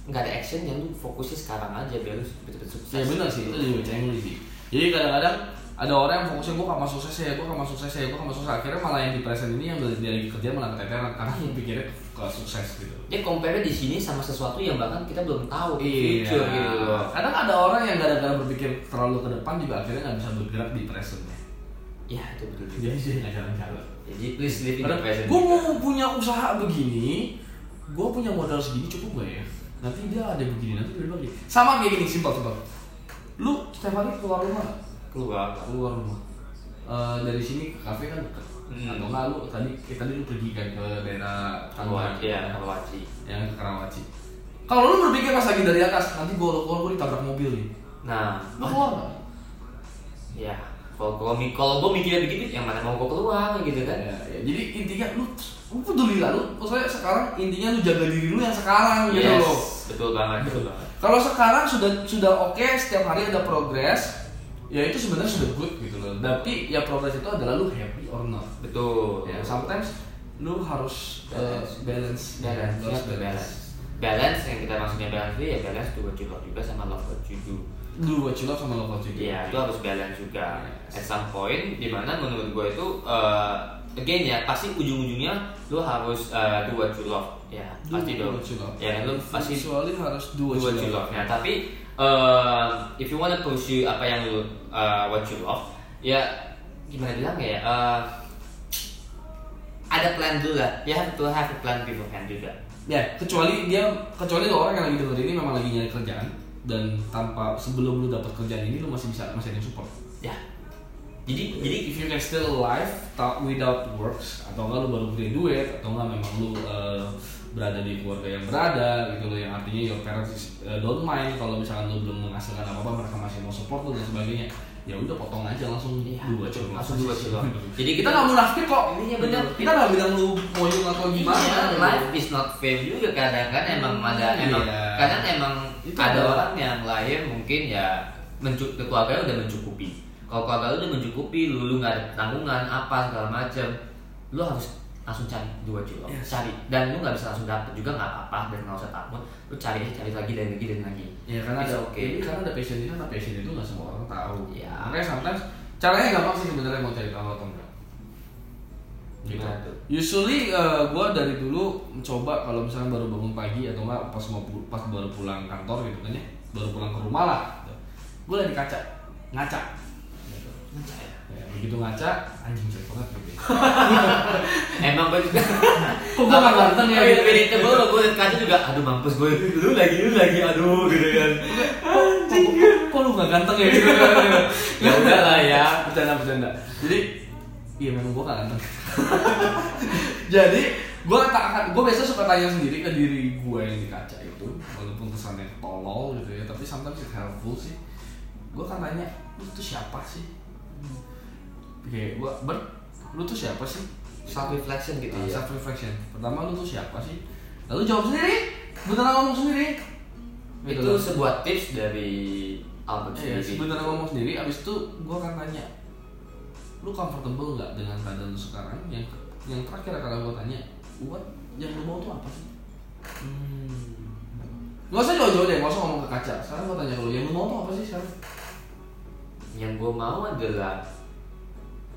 Speaker 2: nggak ada action yang lu fokusnya sekarang aja biar lu cepet-cepet sukses
Speaker 1: Ya benar sih, itu juga cengli sih. Jadi kadang-kadang ada orang yang fokusnya gue kamar sukses ya, gue kamar sukses ya, gue kamar sukses. Akhirnya malah yang di present ini yang dari lagi kerja malah keteteran karena pikirnya ke sukses gitu.
Speaker 2: dia compare di sini sama sesuatu yang bahkan kita belum tahu
Speaker 1: Iya.
Speaker 2: future gitu loh.
Speaker 1: Kadang ada orang yang gara-gara berpikir terlalu ke depan juga akhirnya nggak bisa bergerak di presentnya.
Speaker 2: Ya itu betul juga.
Speaker 1: Jadi dia nggak jalan-jalan.
Speaker 2: Jadi please live in the present.
Speaker 1: Gue mau punya usaha begini, gue punya modal segini cukup gak ya? Nanti dia ada begini, nanti dia begini. Sama kayak gini, simpel simpel. Lu setiap hari keluar rumah, nggak?
Speaker 2: keluar.
Speaker 1: keluar rumah eh, dari sini ke kafe kan deket
Speaker 2: Hmm.
Speaker 1: atau nggak lu tadi kita dulu pergi kan ke daerah Tangerang
Speaker 2: Karawaci ya Karawaci
Speaker 1: yang ke Karawaci kalau lu berpikir pas lagi dari atas nanti gua keluar gua ditabrak mobil nih
Speaker 2: nah
Speaker 1: lu keluar nggak?
Speaker 2: ya kalau kalau mi- kalau gue mikirnya begitu yang mana mau gue keluar gitu kan
Speaker 1: Ya, ya, jadi intinya lu lu peduli lah lu maksudnya sekarang intinya lu jaga diri lu yang sekarang gitu
Speaker 2: Yes,
Speaker 1: loh
Speaker 2: betul banget betul banget
Speaker 1: kalau sekarang sudah sudah oke setiap hari ada progres ya itu sebenarnya sudah good gitu loh tapi ya progres itu adalah lu happy or not
Speaker 2: betul
Speaker 1: ya sometimes lu harus uh, balance
Speaker 2: balance
Speaker 1: Lu
Speaker 2: ingat
Speaker 1: harus
Speaker 2: balance balance yang kita maksudnya balance itu ya balance do what you love juga sama love what you do
Speaker 1: lu what you love sama lo what you do.
Speaker 2: Iya, itu harus balance juga. At
Speaker 1: Yes.
Speaker 2: some point, dimana menurut gue itu, eh, again ya, pasti ujung-ujungnya lo harus eh, do what you love. Ya,
Speaker 1: Do
Speaker 2: pasti dong.
Speaker 1: what you love.
Speaker 2: Ya, kan, lo pasti
Speaker 1: Visually harus do
Speaker 2: do
Speaker 1: what,
Speaker 2: what you love. Nah, tapi eh, if you wanna pursue apa yang lo eh, what you love, ya gimana bilang ya, eh, ada plan dulu lah. You have to have a plan beforehand juga.
Speaker 1: Ya, kecuali dia kecuali lo orang yang lagi denger ini memang lagi nyari kerjaan dan tanpa sebelum lu dapat kerjaan ini lu masih bisa masih ada yang support.
Speaker 2: Ya. Jadi, jadi
Speaker 1: Jadi if you can still alive ta- without works atau enggak lu baru graduate atau enggak memang lu eh, berada di keluarga yang berada gitu loh yang artinya your parents is, eh, don't mind kalau misalkan lu belum menghasilkan apa-apa mereka masih mau support lu dan sebagainya. Ya udah potong aja langsung
Speaker 2: Iya,
Speaker 1: dua
Speaker 2: betul.
Speaker 1: coba.
Speaker 2: Langsung do what you love. Jadi
Speaker 1: Kita
Speaker 2: kita
Speaker 1: nggak munafik kok.
Speaker 2: Iya, bener.
Speaker 1: Kita nggak bilang lu moyung atau gimana.
Speaker 2: Iya, life is not fair juga kadang kan emang ada
Speaker 1: Iya.
Speaker 2: emang kadang emang
Speaker 1: Itu
Speaker 2: ada
Speaker 1: ada.
Speaker 2: orang yang lahir mungkin ya mencuk keluarga udah mencukupi kalau keluarga lu udah mencukupi lu lu nggak ada tanggungan apa segala macem lu harus langsung cari dua juta
Speaker 1: Yes.
Speaker 2: cari dan lu nggak bisa langsung dapet juga nggak apa-apa dan nggak usah takut lu cari cari lagi dan lagi dan lagi
Speaker 1: Ya karena
Speaker 2: It's
Speaker 1: ada
Speaker 2: okay.
Speaker 1: ini karena ada passion ini karena passion itu nggak semua orang tahu.
Speaker 2: Iya.
Speaker 1: Makanya sometimes caranya gampang sih sebenarnya mau cari tahu atau enggak. Gitu.
Speaker 2: Gimana tuh?
Speaker 1: Usually gue dari dulu mencoba kalau misalnya baru bangun pagi atau enggak pas mau pu- pas baru pulang kantor gitu kan ya, baru pulang ke rumah lah. gitu. Gue lagi kaca, ngaca. Gitu. Ya, begitu ngaca, anjing jelek banget gitu. ya.
Speaker 2: emang gue juga
Speaker 1: Kok gua nggak ganteng ya?
Speaker 2: Iya, iya, iya. Gua- gua liat kaca juga aduh mampus gue lu lagi lu lagi aduh gitu kan
Speaker 1: Kok, kok, kok lu gak ganteng ya gitu
Speaker 2: ya udah lah ya
Speaker 1: bercanda bercanda jadi iya memang gue gak ganteng jadi gue tak akan gue biasa suka tanya sendiri ke diri gue yang di kaca itu walaupun kesannya tolol gitu ya tapi sometimes it helpful sih gue akan tanya lu tuh siapa sih kayak gue ber lu tuh siapa sih
Speaker 2: self reflection gitu ya
Speaker 1: self reflection pertama lu tuh siapa sih lalu jawab sendiri beneran ngomong sendiri Gitu
Speaker 2: itu
Speaker 1: loh.
Speaker 2: sebuah tips dari Albert
Speaker 1: Iya,
Speaker 2: sendiri.
Speaker 1: sebenarnya ngomong sendiri, abis itu gue akan tanya, lu comfortable nggak dengan keadaan lu sekarang? Yang yang terakhir akan gue tanya, what yang lu mau tuh apa sih?
Speaker 2: Hmm.
Speaker 1: Gak usah jauh-jauh deh, gak usah ngomong ke kaca. Sekarang gue tanya ke lu, yang lu mau tuh apa sih sekarang?
Speaker 2: yang gue mau adalah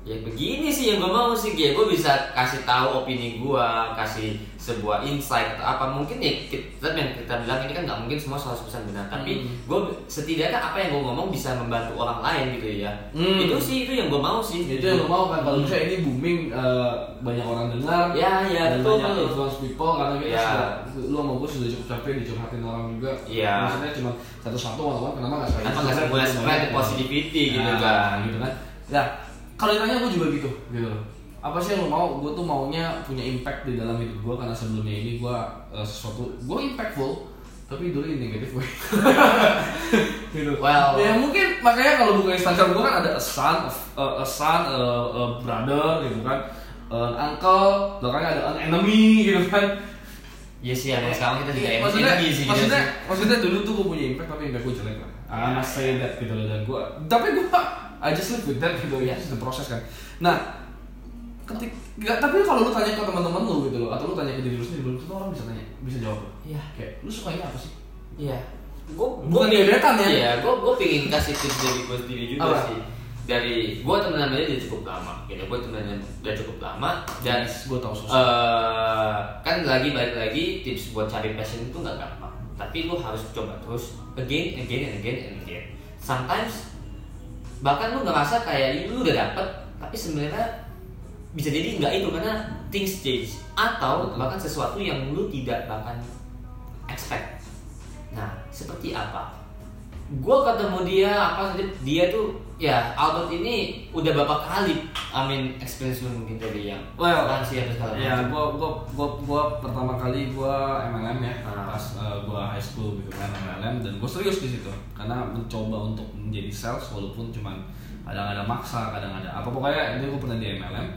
Speaker 2: ya begini sih yang gue mau sih ya gue bisa kasih tahu opini gue kasih sebuah insight atau apa mungkin ya kita yang kita bilang ini kan nggak mungkin semua 100% benar tapi
Speaker 1: Hmm.
Speaker 2: gue setidaknya apa yang gue ngomong bisa membantu orang lain gitu ya
Speaker 1: Hmm.
Speaker 2: itu sih itu yang gue mau sih
Speaker 1: Itu yang lu mau kan? Kalau misalnya ini booming, eh, banyak orang dengar,
Speaker 2: ya ya
Speaker 1: dan
Speaker 2: betul
Speaker 1: banyak
Speaker 2: betul.
Speaker 1: influence people karena kita
Speaker 2: Iya.
Speaker 1: sudah, lu sama gue sudah cukup capek dicurhatin orang juga.
Speaker 2: Iya.
Speaker 1: Maksudnya cuma satu-satu orang kenapa nggak Iya. sekalian?
Speaker 2: Kenapa nggak mulai spread positivity gitu
Speaker 1: Nah,
Speaker 2: kan?
Speaker 1: gitu kan nah kalau ditanya gue juga gitu gitu loh. apa sih yang lo mau gue tuh maunya punya impact di dalam hidup gue karena sebelumnya ini gue eh, sesuatu gue impactful tapi dulu ini negatif gue gitu
Speaker 2: Well.
Speaker 1: ya mungkin makanya kalau buka Instagram gue kan ada a son of, eh, a son eh, a brother gitu kan an uncle belakangnya ada an enemy gitu kan
Speaker 2: Iya sih, emang sekarang kita juga
Speaker 1: Iya,
Speaker 2: emosi
Speaker 1: maksudnya,
Speaker 2: lagi sih.
Speaker 1: maksudnya, maksudnya dulu tuh gue punya impact tapi impact gue jelek lah. Ah, mas saya that gitu loh dan gue, tapi gue I just live with that gitu ya, the proses kan. Nah, ketik, nggak- tapi kalau lu tanya ke teman-teman lu gitu loh, atau lu tanya ke diri lu sendiri, belum tentu orang bisa tanya, bisa jawab.
Speaker 2: Iya.
Speaker 1: Kayak lu sukanya apa sih?
Speaker 2: Iya. Gue
Speaker 1: Bukan gebetan ya?
Speaker 2: Iya, gue gue pingin kasih tips dari gue sendiri juga
Speaker 1: Apa?
Speaker 2: sih. Dari gue temenan aja udah cukup lama, gitu. Gue temenan udah cukup lama dan
Speaker 1: gue tahu susah.
Speaker 2: eh, kan lagi balik lagi tips buat cari passion itu nggak gampang. Tapi lu harus coba terus again, again, and again, and again. Sometimes bahkan lu ngerasa kayak lu udah dapet, tapi sebenarnya bisa jadi nggak itu karena things change atau
Speaker 1: Betul.
Speaker 2: bahkan sesuatu yang lu tidak bahkan expect. Nah, seperti apa? Gue ketemu dia apa dia tuh ya Albert ini udah berapa kali amin experience lu mungkin tadi yang
Speaker 1: Well,
Speaker 2: lansia atau segala macam.
Speaker 1: Ya, gua gua gua gua pertama kali gua MLM ya
Speaker 2: Ah.
Speaker 1: pas eh, gua high school gitu kan MLM dan gua serius di situ karena mencoba untuk menjadi sales walaupun cuman kadang ada maksa, kadang ada apa pokoknya itu gua pernah di MLM.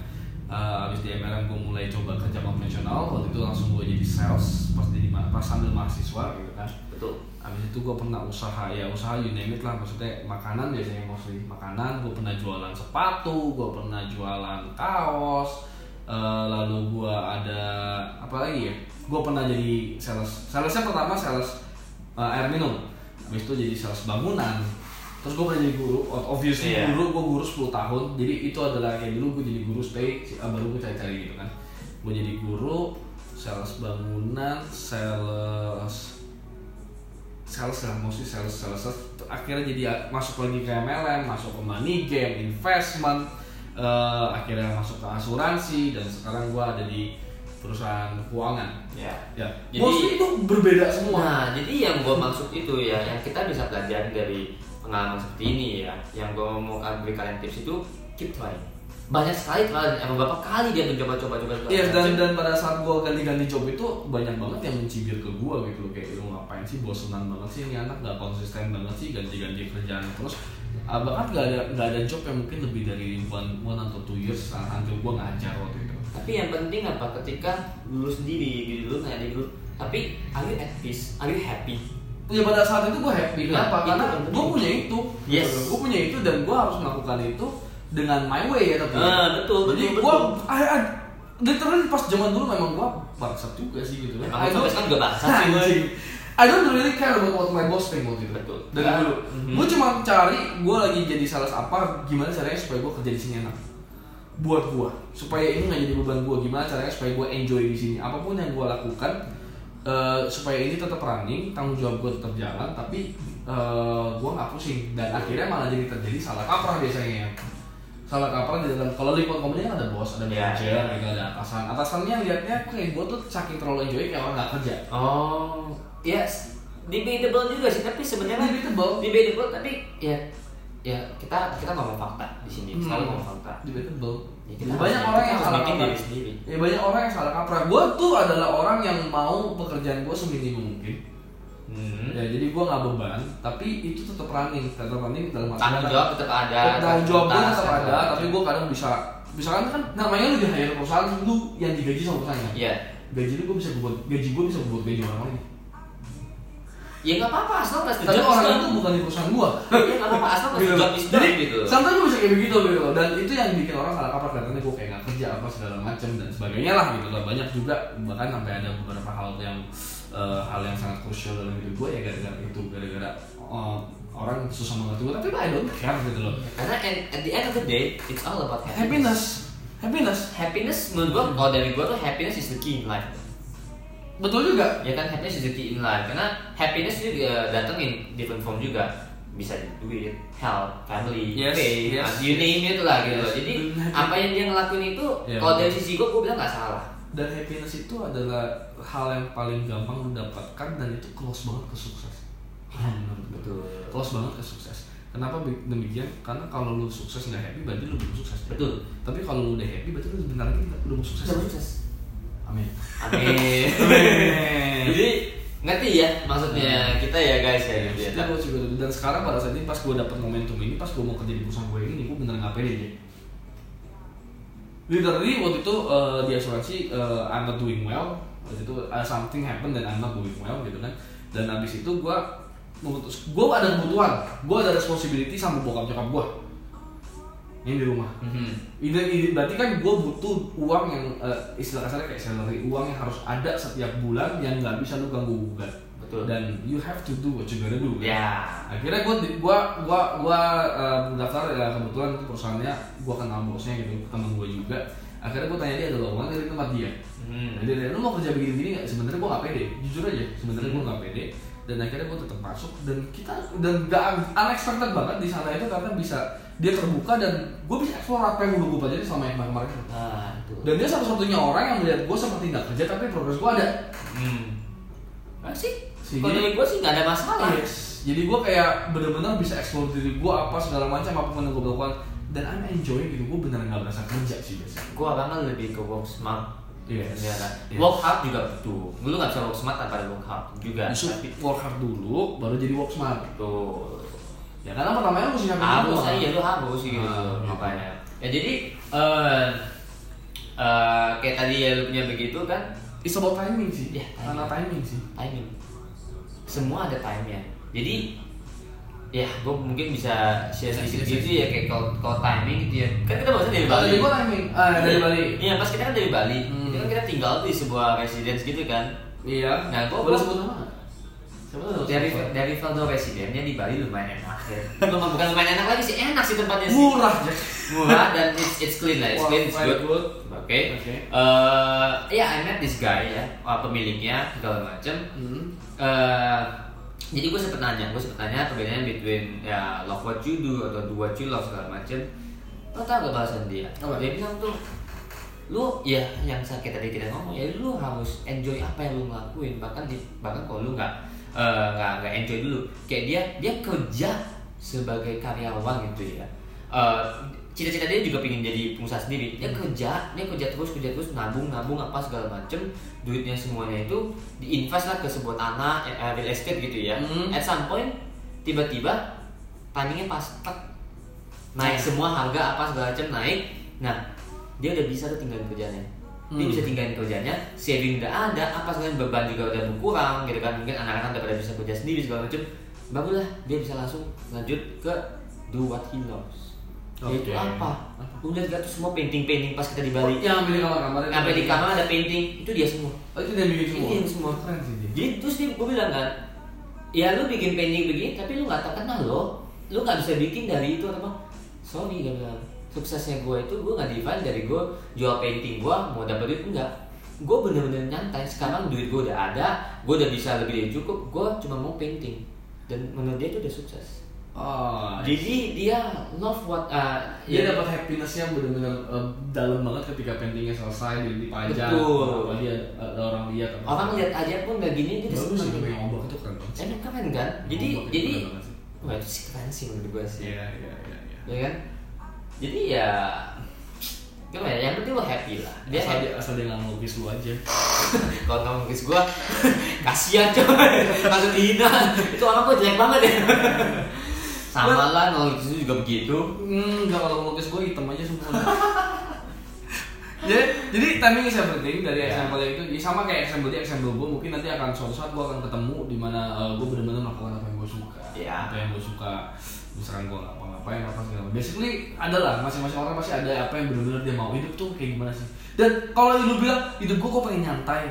Speaker 1: Eh, abis di MLM gua mulai coba kerja konvensional waktu itu langsung gua jadi sales pas di pas sambil mahasiswa gitu kan.
Speaker 2: betul
Speaker 1: Abis itu gue pernah usaha, ya usaha you name it lah Maksudnya makanan biasanya mostly Makanan, gue pernah jualan sepatu, gue pernah jualan kaos eh, Lalu gue ada, apa lagi ya Gue pernah jadi sales, salesnya pertama sales eh, air minum Abis itu jadi sales bangunan Terus gue pernah jadi guru, obviously
Speaker 2: Iya.
Speaker 1: guru, gue guru 10 tahun Jadi itu adalah yang dulu gue jadi guru stay, eh, baru gue cari-cari gitu kan Gue jadi guru, sales bangunan, sales sales lah mostly sales sales, sales. akhirnya jadi ya, masuk lagi ke MLM masuk ke money game investment eh, akhirnya masuk ke asuransi dan sekarang gua ada di perusahaan keuangan
Speaker 2: ya
Speaker 1: ya
Speaker 2: Jadi-
Speaker 1: mostly itu berbeda semua
Speaker 2: Nah, jadi yang gue maksud itu ya, yang kita bisa pelajari dari pengalaman seperti ini ya, yang gue mau beri kalian tips itu keep trying. Banyak sekali trial, emang berapa kali dia mencoba-coba coba. coba.
Speaker 1: Iya dan dan pada saat gua ganti-ganti job itu banyak banget yang mencibir ke gua gitu loh kayak lu ngapain sih bosenan banget sih ini anak nggak konsisten banget sih ganti-ganti kerjaan terus Ah, bahkan nggak ada nggak ada job yang mungkin lebih dari one one atau two years until gua ngajar waktu itu
Speaker 2: Tapi yang penting apa? Ketika lu sendiri diri lu nanya diri lu, tapi are you at peace? Are you happy?
Speaker 1: Ya pada saat itu gue happy
Speaker 2: Nah,
Speaker 1: kenapa?
Speaker 2: itu
Speaker 1: Karena
Speaker 2: yang penting.
Speaker 1: gue punya itu,
Speaker 2: Yes.
Speaker 1: gue punya itu dan gue harus melakukan itu dengan my way ya tapi.
Speaker 2: Ah, betul,
Speaker 1: Jadi
Speaker 2: betul,
Speaker 1: gue,
Speaker 2: betul.
Speaker 1: literally pas zaman dulu memang gue bangsat juga sih gitu.
Speaker 2: Emang sampai sekarang juga bangsat sih,
Speaker 1: Anjing.
Speaker 2: woy.
Speaker 1: I don't really care about what my boss think waktu itu.
Speaker 2: Betul.
Speaker 1: Dari
Speaker 2: Ah,
Speaker 1: dulu,
Speaker 2: mhm.
Speaker 1: gue cuma cari gue lagi jadi sales apa, gimana caranya supaya gue kerja di sini enak buat gue supaya ini nggak jadi beban gue gimana caranya supaya gue enjoy di sini apapun yang gue lakukan eh, supaya ini tetap running tanggung jawab gue tetap jalan tapi gue nggak pusing dan akhirnya malah jadi terjadi salah kaprah biasanya salah kaprah di dalam kalau lingkungan company kan ada bos ada
Speaker 2: Iya,
Speaker 1: manajer
Speaker 2: iya.
Speaker 1: gitu, ada atasan atasannya liatnya kayak gue tuh saking terlalu enjoy kayak orang nggak kerja
Speaker 2: Oh, yes. Debatable juga sih, tapi sebenarnya
Speaker 1: Debatable.
Speaker 2: Debatable, tapi ya ya kita kita ngomong fakta di sini, Iya, selalu
Speaker 1: Hmm.
Speaker 2: ngomong fakta.
Speaker 1: debatable
Speaker 2: Ya, kita
Speaker 1: banyak
Speaker 2: harus-
Speaker 1: orang
Speaker 2: kita
Speaker 1: yang
Speaker 2: harus
Speaker 1: salah
Speaker 2: meeting
Speaker 1: kaprah
Speaker 2: diri sendiri.
Speaker 1: ya banyak orang yang salah kaprah gue tuh adalah orang yang mau pekerjaan gue seminggu mungkin
Speaker 2: Hmm.
Speaker 1: Ya, jadi gua nggak beban, tapi itu tetap running, tetap running dalam
Speaker 2: Tanggung jawab Iya, tetap ada.
Speaker 1: Tanggung jawab gua
Speaker 2: tuntas,
Speaker 1: tetap ada,
Speaker 2: tuntas.
Speaker 1: tapi gua kadang bisa misalkan kan namanya lu di hire perusahaan lu yang digaji sama perusahaan ya.
Speaker 2: Iya.
Speaker 1: Gaji lu gua bisa gua buat gaji gua bisa gua buat gaji orang lain.
Speaker 2: Ya nggak apa-apa asal pas the
Speaker 1: Tapi
Speaker 2: job is
Speaker 1: orang
Speaker 2: done.
Speaker 1: itu bukan di perusahaan gua.
Speaker 2: Ya nggak apa-apa asal pas the job is done
Speaker 1: Jadi
Speaker 2: gitu.
Speaker 1: sometimes gua bisa kayak begitu gitu loh. Dan itu yang bikin orang salah kaprah katanya gua kayak nggak kerja apa segala macam dan sebagainya lah gitu loh. Banyak juga bahkan sampai ada beberapa hal yang eh, hal yang sangat krusial dalam hidup gua ya gara-gara itu gara-gara eh, orang susah banget gua tapi I don't care gitu loh.
Speaker 2: Karena at, at the end of the day it's all about happiness.
Speaker 1: Happiness, happiness,
Speaker 2: Happiness menurut gua kalau dari gua tuh happiness is the key in life.
Speaker 1: betul juga.
Speaker 2: Ya kan happiness is the key in life karena happiness itu uh, datang in different form juga bisa duit, health, family,
Speaker 1: Yes,
Speaker 2: fame,
Speaker 1: yes,
Speaker 2: you name it lah gitu.
Speaker 1: Yes.
Speaker 2: Jadi apa yang dia ngelakuin itu
Speaker 1: Iya,
Speaker 2: kalau
Speaker 1: betul.
Speaker 2: dari sisi gua gua bilang nggak salah.
Speaker 1: Dan happiness itu adalah hal yang paling gampang lu dapatkan dan itu close banget ke sukses. Hmm,
Speaker 2: Betul.
Speaker 1: Close banget ke sukses. Kenapa be- demikian? Karena kalau lu sukses nggak happy, berarti lu belum sukses.
Speaker 2: Betul.
Speaker 1: Tapi kalau lu udah happy, berarti lu sebentar lagi udah mau sukses.
Speaker 2: Sudah sukses.
Speaker 1: Amin.
Speaker 2: Amin. Jadi ngerti ya maksudnya kita ya guys ya gitu ya.
Speaker 1: Itu gua juga dulu. dan sekarang pada saat ini pas gue dapet momentum ini pas gue mau kerja di perusahaan gue ini gue bener ngapain aja literally waktu itu eh, di asuransi eh, I'm not doing well waktu itu eh, something happened dan I'm not doing well gitu kan dan abis itu gue memutus gue ada kebutuhan gue ada responsibility sama bokap nyokap gue ini di rumah
Speaker 2: Mhm.
Speaker 1: ini, ini berarti kan gue butuh uang yang eh, istilah kasarnya kayak salary uang yang harus ada setiap bulan yang nggak bisa lu ganggu gugat
Speaker 2: Betul.
Speaker 1: dan you have to do what you gotta do kan?
Speaker 2: Ya.
Speaker 1: akhirnya gue gua gua gua eh, mendaftar ya kebetulan itu perusahaannya gue kenal bosnya gitu teman gue juga akhirnya gue tanya dia ada lowongan dari tempat dia
Speaker 2: Mhm.
Speaker 1: Nah, dia tanya, lu mau kerja begini gini nggak sebenarnya gue nggak pede jujur aja sebenarnya gue nggak pede dan akhirnya gue tetap masuk dan kita dan gak unexpected banget di sana itu karena bisa dia terbuka dan gue bisa explore apa yang belum gue pelajari selama yang kemarin
Speaker 2: Nah, itu.
Speaker 1: dan dia satu-satunya orang yang melihat gue seperti nggak kerja tapi progres gue ada
Speaker 2: Hmm. Nah, sih.
Speaker 1: Sih.
Speaker 2: Kalau dari gue sih nggak ada masalah.
Speaker 1: Yes. artist jadi gue kayak bener-bener bisa explore diri gue apa segala macam apapun yang gue lakukan dan I'm enjoying gitu gue beneran nggak berasa kerja sih biasanya
Speaker 2: Gue kan lebih ke work smart.
Speaker 1: Yes.
Speaker 2: Iya kan?
Speaker 1: Yes.
Speaker 2: Work hard juga butuh. Lu nggak bisa work smart tanpa ada work hard juga.
Speaker 1: justru
Speaker 2: Tapi
Speaker 1: work hard dulu baru jadi work smart
Speaker 2: tuh
Speaker 1: ya karena pertamanya lu mesti nyiapin
Speaker 2: harus
Speaker 1: jadwal.
Speaker 2: iya lu harus gitu
Speaker 1: Ah, gitu.
Speaker 2: makanya. Ya jadi eh eh, kayak tadi ya lu punya begitu kan
Speaker 1: it's about timing sih
Speaker 2: Iya, timing.
Speaker 1: karena timing sih
Speaker 2: timing semua ada timenya jadi ya gue mungkin bisa share sedikit gitu ya kayak kalau, kalau timing gitu ya kan kita bahasnya dari
Speaker 1: Kalau
Speaker 2: Bali
Speaker 1: dari gue timing ah dari Bali
Speaker 2: iya pas kita kan dari Bali
Speaker 1: Hmm.
Speaker 2: itu kan kita tinggal tuh di sebuah residence gitu kan
Speaker 1: iya
Speaker 2: Nah, gua-
Speaker 1: boleh
Speaker 2: gua-
Speaker 1: sebut nama nggak? siapa tahu
Speaker 2: dari dari Valdo residence-nya di Bali lumayan enak ya Lumayan- bukan lumayan enak lagi sih enak sih tempatnya sih
Speaker 1: murah Jack
Speaker 2: murah dan it's, it's clean lah it's
Speaker 1: Wah,
Speaker 2: clean it's
Speaker 1: quite
Speaker 2: good
Speaker 1: good.
Speaker 2: oke
Speaker 1: Oke.
Speaker 2: Eh, ya I met this guy ya uh, pemiliknya segala macem
Speaker 1: hmm.
Speaker 2: Eh, jadi gue sempet nanya, gue sempet nanya perbedaannya between ya love what you do atau do what you love segala macem. Lo tau gak bahasan dia?
Speaker 1: Apa?
Speaker 2: Dia bilang tuh, lu ya yang sakit tadi tidak ngomong ya lu harus enjoy apa yang lu ngelakuin bahkan di, bahkan kalau lu nggak eh, nggak nggak enjoy dulu kayak dia dia kerja sebagai karyawan gitu ya Eh, cita-cita dia juga pingin jadi pengusaha sendiri dia kerja dia kerja terus kerja terus nabung nabung apa segala macem duitnya semuanya itu diinvest lah ke sebuah tanah eh, eh, real estate gitu ya
Speaker 1: Hmm.
Speaker 2: at some point tiba-tiba timingnya pas tek naik semua harga apa segala macam naik nah dia udah bisa tuh tinggalin kerjanya dia
Speaker 1: Hmm.
Speaker 2: bisa tinggalin kerjanya saving udah ada apa segala macam, beban juga udah berkurang gitu kan mungkin anak-anak udah pada bisa kerja sendiri segala macam barulah dia bisa langsung lanjut ke do what he loves yaitu
Speaker 1: Oke. Oh, iya.
Speaker 2: apa lu lihat lihat tuh semua painting-painting pas kita di Bali
Speaker 1: yang ambil di kamar kamar
Speaker 2: sampai di kamar ada painting itu dia semua
Speaker 1: oh, itu dia bikin semua
Speaker 2: Iya, semua.
Speaker 1: keren sih dia
Speaker 2: jadi terus dia gue bilang kan, ya lu bikin painting begini tapi lu nggak terkenal loh, lu nggak bisa bikin dari itu atau apa? Sorry dia bilang, suksesnya gue itu gue nggak define dari gue jual painting gue mau dapet duit enggak. Gue bener-bener nyantai sekarang duit gue udah ada, gue udah bisa lebih dari cukup, gue cuma mau painting dan menurut dia itu udah sukses. Ah.
Speaker 1: oh
Speaker 2: Jadi dia love what uh,
Speaker 1: dia Iya, dapat happinessnya benar-benar eh, dalam banget ketika paintingnya selesai dia dipajang
Speaker 2: Betul.
Speaker 1: apa dia eh, orang lihat apa
Speaker 2: orang lihat aja pun gak gini dia gitu. udah
Speaker 1: bagus sih
Speaker 2: seneng.
Speaker 1: yang ombak itu keren banget
Speaker 2: Emang keren kan? Jadi
Speaker 1: Ombak itu
Speaker 2: jadi
Speaker 1: keren banget sih.
Speaker 2: Wah itu sih keren sih menurut gue sih.
Speaker 1: iya iya iya iya
Speaker 2: ya kan jadi ya gimana ya yang penting lo happy lah dia
Speaker 1: asal
Speaker 2: happy
Speaker 1: dia asal dia nggak ngelukis lu aja
Speaker 2: kalau kamu ngikis gua kasihan coba langsung dihina itu orang kok jelek banget ya sama lah ngikis itu juga begitu
Speaker 1: Hmm, enggak kalau ngelukis gue hitam aja semua. jadi, jadi timing is everything dari
Speaker 2: Ya.
Speaker 1: example itu. Ya, sama kayak example dia, example gue mungkin nanti akan suatu saat gue akan ketemu di mana gue benar-benar melakukan apa yang gue suka.
Speaker 2: Ya.
Speaker 1: Apa yang gue suka. Misalkan gue ngapa-ngapain apa segala macam. Basically adalah masing-masing orang pasti ada apa yang benar-benar dia mau hidup tuh kayak gimana sih. Dan kalau lu bilang hidup gue kok pengen nyantai,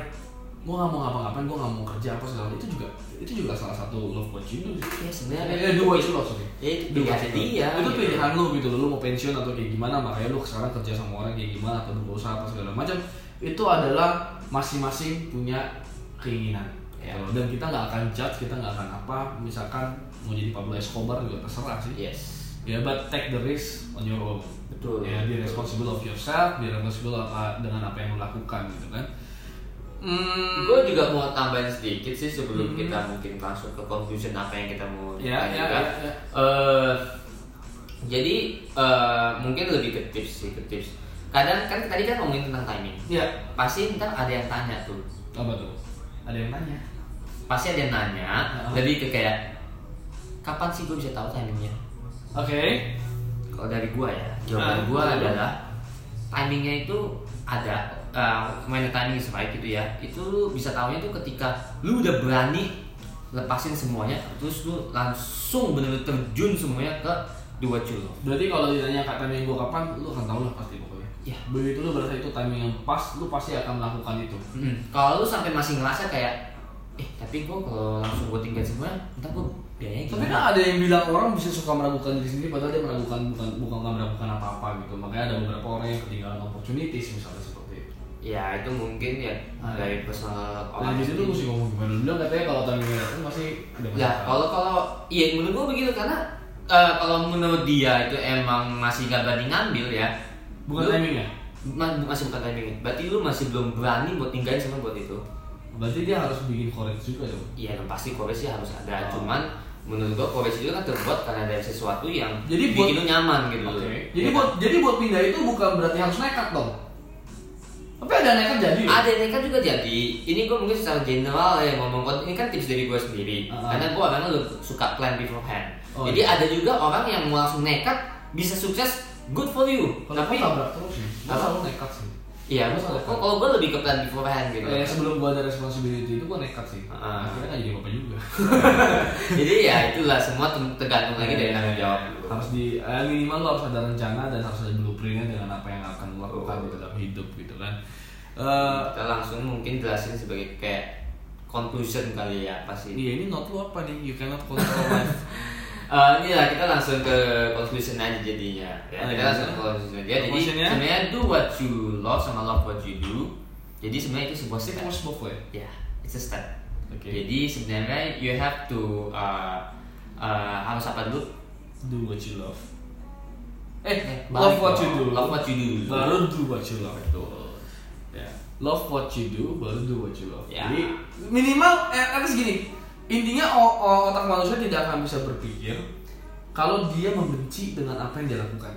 Speaker 1: gue nggak mau ngapa-ngapain, gue nggak mau kerja apa segala macam. itu juga itu juga salah satu love what you do sih.
Speaker 2: ya
Speaker 1: Ya,
Speaker 2: sebenarnya
Speaker 1: dua itu loh sorry.
Speaker 2: ya itu
Speaker 1: Dulu
Speaker 2: pilihan dia
Speaker 1: itu
Speaker 2: gitu.
Speaker 1: pilihan lu gitu loh, lu mau pensiun atau kayak gimana makanya lu sekarang kerja sama orang kayak gimana atau berusaha apa segala macam itu adalah masing-masing punya keinginan
Speaker 2: Ya.
Speaker 1: gitu loh. dan kita nggak akan judge kita nggak akan apa misalkan mau jadi Pablo Escobar juga terserah sih
Speaker 2: yes
Speaker 1: ya but take the risk on your own
Speaker 2: Iya. Betul.
Speaker 1: ya
Speaker 2: Betul.
Speaker 1: be responsible of yourself be responsible apa- dengan apa yang lu lakukan gitu kan hmm,
Speaker 2: gue juga mau tambahin sedikit sih sebelum
Speaker 1: Hmm.
Speaker 2: kita mungkin masuk ke conclusion apa yang kita mau
Speaker 1: Ya, ya,
Speaker 2: tanyakan.
Speaker 1: ya, ya.
Speaker 2: Eh, jadi eh, mungkin lebih ke tips sih ke tips kadang kan tadi kan ngomongin tentang timing
Speaker 1: ya
Speaker 2: pasti ntar ada yang tanya tuh
Speaker 1: apa tuh ada yang nanya
Speaker 2: pasti ada yang nanya
Speaker 1: Heeh.
Speaker 2: lebih ke kayak kapan sih gue bisa tahu timingnya
Speaker 1: oke
Speaker 2: kalau dari gua ya jawaban
Speaker 1: Ah,
Speaker 2: gua
Speaker 1: iya.
Speaker 2: adalah timingnya itu ada eh mana timing is right gitu ya itu lu bisa tahunya tuh ketika lu udah berani lepasin semuanya terus lu langsung bener-bener terjun semuanya ke dua culo
Speaker 1: Berarti kalau ditanya kak timing gue kapan, lu akan tahu lah pasti pokoknya.
Speaker 2: Iya.
Speaker 1: Begitu lu berasa itu timing yang pas, lu pasti akan melakukan itu.
Speaker 2: Mm-mm. Kalau lu sampai masih ngerasa kayak eh tapi gua kalau langsung gua tinggal semua entar gua biayanya
Speaker 1: Tapi
Speaker 2: gimana?
Speaker 1: kan ada yang bilang orang bisa suka meragukan diri sendiri padahal dia meragukan bukan bukan nggak meragukan apa-apa gitu. Makanya ada beberapa orang yang ketinggalan opportunities misalnya seperti itu.
Speaker 2: Ya itu mungkin ya
Speaker 1: Ah.
Speaker 2: dari personal
Speaker 1: Nah, jadi lu mesti ngomong gimana dulu katanya kalau timingnya datang pasti udah
Speaker 2: iya. Ya,
Speaker 1: masalah.
Speaker 2: kalau kalau iya menurut gua begitu karena eh, kalau menurut dia itu emang masih nggak berani ngambil ya.
Speaker 1: bukan ya?
Speaker 2: Lu-
Speaker 1: timingnya.
Speaker 2: ma- bu- masih bukan timing. Berarti lu masih belum berani buat tinggalin sama buat itu.
Speaker 1: Berarti dia harus bikin courage juga dong.
Speaker 2: Iya, dan pasti koreksi harus ada.
Speaker 1: Oh.
Speaker 2: Cuman menurut gua profesi itu kan terbuat karena dari sesuatu yang
Speaker 1: Jadi buat-
Speaker 2: bikin lu nyaman gitu loh.
Speaker 1: Jadi
Speaker 2: Ya
Speaker 1: buat jadi buat pindah itu bukan berarti harus nekat dong. Tapi ada nekat jadi. loh.
Speaker 2: Ada yang kan juga jadi. Ini gue mungkin secara general ya ngomong kon- ini kan tips dari gue sendiri.
Speaker 1: Ah.
Speaker 2: Karena gue orangnya lu suka plan beforehand.
Speaker 1: Oh,
Speaker 2: Jadi
Speaker 1: iya.
Speaker 2: ada juga orang yang mau langsung nekat bisa sukses good for you.
Speaker 1: Kalau
Speaker 2: Tapi
Speaker 1: aku tabrak terus sih. Gua
Speaker 2: Apa?
Speaker 1: selalu nekat sih.
Speaker 2: iya
Speaker 1: Gua
Speaker 2: gua-
Speaker 1: salah.
Speaker 2: kok kalau gue lebih ke plan beforehand gitu.
Speaker 1: Kayak Iya, sebelum gua ada responsibility itu gua nekat sih.
Speaker 2: Ah.
Speaker 1: Akhirnya nggak jadi apa-apa juga.
Speaker 2: Jadi ya itulah semua tem- tergantung lagi
Speaker 1: Iya,
Speaker 2: dari tanggung jawab. lu.
Speaker 1: Harus di eh, minimal lo harus ada rencana dan harus ada blueprintnya dengan apa yang akan lo lakukan di dalam hidup gitu kan. Eh,
Speaker 2: Kita langsung mungkin jelasin sebagai kayak conclusion kali ya apa sih?
Speaker 1: iya ini not lo apa nih? You cannot control life.
Speaker 2: Eh, ini lah kita langsung ke conclusion aja jadinya. Ya,
Speaker 1: Oh,
Speaker 2: kita
Speaker 1: iya.
Speaker 2: langsung ke conclusion aja. Jadi
Speaker 1: Conclusionnya?
Speaker 2: sebenarnya do what you love sama love what you do. Jadi sebenarnya itu sebuah
Speaker 1: It
Speaker 2: step.
Speaker 1: works both way.
Speaker 2: Ya, it's a step.
Speaker 1: Oke.
Speaker 2: Jadi sebenarnya you have to uh, uh, harus apa dulu?
Speaker 1: Do what you love. Eh,
Speaker 2: balik
Speaker 1: love what
Speaker 2: dong.
Speaker 1: you do.
Speaker 2: Love what you do.
Speaker 1: Baru do what you love. Ya. Love what you do, baru do what you love.
Speaker 2: Ya.
Speaker 1: Jadi minimal eh, kan segini. Intinya o- o- otak manusia tidak akan bisa berpikir kalau dia membenci dengan apa yang dia lakukan.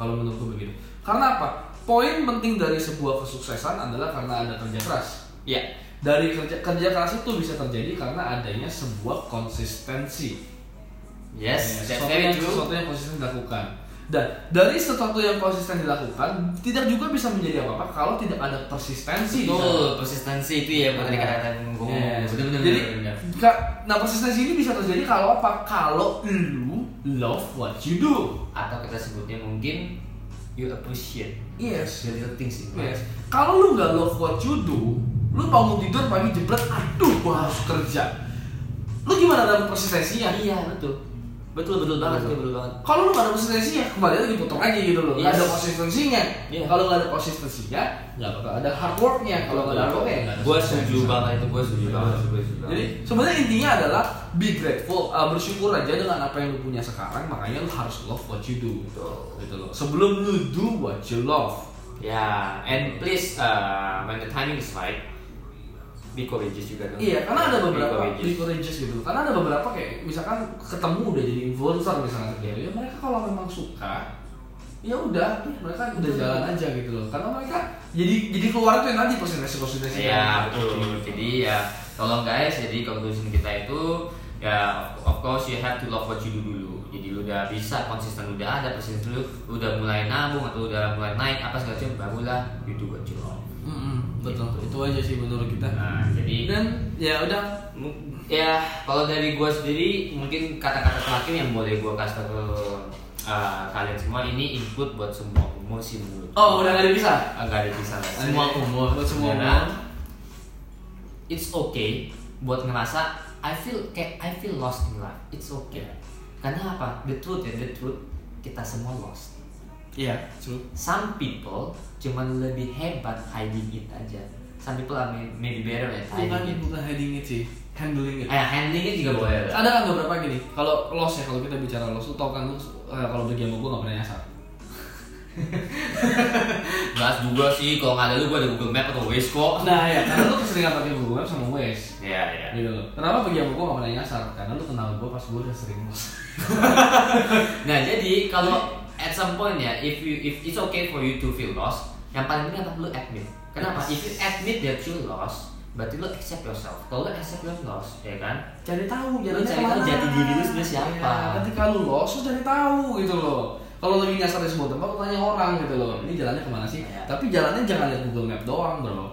Speaker 1: Kalau menurutku begitu. Karena apa? Poin penting dari sebuah kesuksesan adalah karena ada kerja keras
Speaker 2: Ya,
Speaker 1: dari kerja kerja keras itu bisa terjadi karena adanya sebuah konsistensi
Speaker 2: yes,
Speaker 1: Ya,
Speaker 2: that's
Speaker 1: sesuatu,
Speaker 2: very
Speaker 1: yang,
Speaker 2: true.
Speaker 1: sesuatu yang konsisten dilakukan dan dari sesuatu yang konsisten dilakukan tidak juga bisa menjadi apa apa kalau tidak ada persistensi di sana. Oh,
Speaker 2: Betul, persistensi itu ya buat tadi kata-kata yang ngomong.
Speaker 1: Yes.
Speaker 2: Bener-bener.
Speaker 1: Iya, Jadi,
Speaker 2: bener-bener.
Speaker 1: ka- nah persistensi ini bisa terjadi kalau apa kalau lu love what you do
Speaker 2: atau kita sebutnya mungkin you appreciate
Speaker 1: yes
Speaker 2: the little things in
Speaker 1: Yes.
Speaker 2: life.
Speaker 1: Kalau lu nggak love what you do, lu bangun tidur pagi jebret, aduh gua harus kerja. Lu gimana dalam persistensinya?
Speaker 2: Iya betul, betul betul banget, betul, Eh, betul banget.
Speaker 1: Kalau lu nggak ada konsistensinya, kembali lagi potong aja gitu loh. Nggak
Speaker 2: Yes.
Speaker 1: ada konsistensinya.
Speaker 2: Iya.
Speaker 1: Kalau nggak ada konsistensinya, nggak bakal ada hard worknya. Kalau nggak ada hard worknya, nggak Iya, ada
Speaker 2: Gue
Speaker 1: konsistensi.
Speaker 2: setuju banget itu, gue setuju banget. gua setuju banget.
Speaker 1: Jadi sebenarnya intinya adalah be grateful, uh, bersyukur aja dengan apa yang lu punya sekarang. Makanya lu harus love what you do.
Speaker 2: Betul.
Speaker 1: Gitu loh. Sebelum lu do what you love.
Speaker 2: ya, and please uh, when the timing is right, be courageous juga dong.
Speaker 1: Iya, karena ada
Speaker 2: Be
Speaker 1: beberapa
Speaker 2: courageous.
Speaker 1: di courageous gitu. Karena ada beberapa kayak misalkan ketemu udah jadi influencer misalnya gitu. Ya mereka kalau memang suka ya udah mereka udah jalan aja gitu loh. Karena mereka jadi jadi keluar tuh yang tadi kan. persentase persentase.
Speaker 2: Iya betul. Jadi ya tolong guys, jadi conclusion kita itu ya of course you have to love what you do dulu. Jadi lu udah bisa konsisten udah ada persisten dulu, udah mulai nabung atau udah mulai naik apa segala macam barulah you do what you love.
Speaker 1: betul. Itu aja sih menurut kita.
Speaker 2: Gitu. Nah jadi
Speaker 1: Dan ya udah
Speaker 2: mu- ya kalau dari gua sendiri mungkin kata-kata terakhir yang boleh gua kasih tau ke uh, kalian semua ini input buat semua umur sih menurut.
Speaker 1: Oh, udah nggak ada bisa.
Speaker 2: Agak ada kisah lah. Semua umur.
Speaker 1: Buat semua
Speaker 2: Ya.
Speaker 1: umur.
Speaker 2: it's okay buat ngerasa I feel kayak I feel lost in life. It's okay. Karena apa? The truth ya, the truth kita semua lost.
Speaker 1: Iya, true.
Speaker 2: Some people cuman lebih hebat hiding it aja. Some people are may- maybe better at
Speaker 1: Bukan
Speaker 2: hiding it.
Speaker 1: bukan heading it sih, handling it.
Speaker 2: Eh, handling it juga boleh lah.
Speaker 1: ada kan beberapa gini kalau loss ya kalau kita bicara loss lu tau kan lu eh, kalau bagi sama gue gak pernah nyasar
Speaker 2: Jelas juga sih kalau nggak ada lu gua ada Google Map atau Waze kok.
Speaker 1: nah ya karena lu keseringan pakai Google Maps sama Waze
Speaker 2: Iya, iya.
Speaker 1: gitu loh kenapa bagi sama gue gak pernah nyasar karena lu kenal gue pas gue udah sering loss
Speaker 2: Nah, jadi kalau at some point ya, if you if it's okay for you to feel lost, yang paling penting apa? Lu admit. Kenapa? If you admit that you lost, berarti lu accept yourself. Kalau lu accept your loss, ya kan?
Speaker 1: cari
Speaker 2: Lu
Speaker 1: tahu jalannya
Speaker 2: cari tahu
Speaker 1: kemana.
Speaker 2: jati diri lu sebenarnya siapa.
Speaker 1: Iya, ketika lu loss lu cari tahu gitu loh kalau lagi nyasar di sebuah tempat lu tanya orang gitu loh ini jalannya kemana sih
Speaker 2: Iya.
Speaker 1: tapi jalannya jangan lihat Google Map doang bro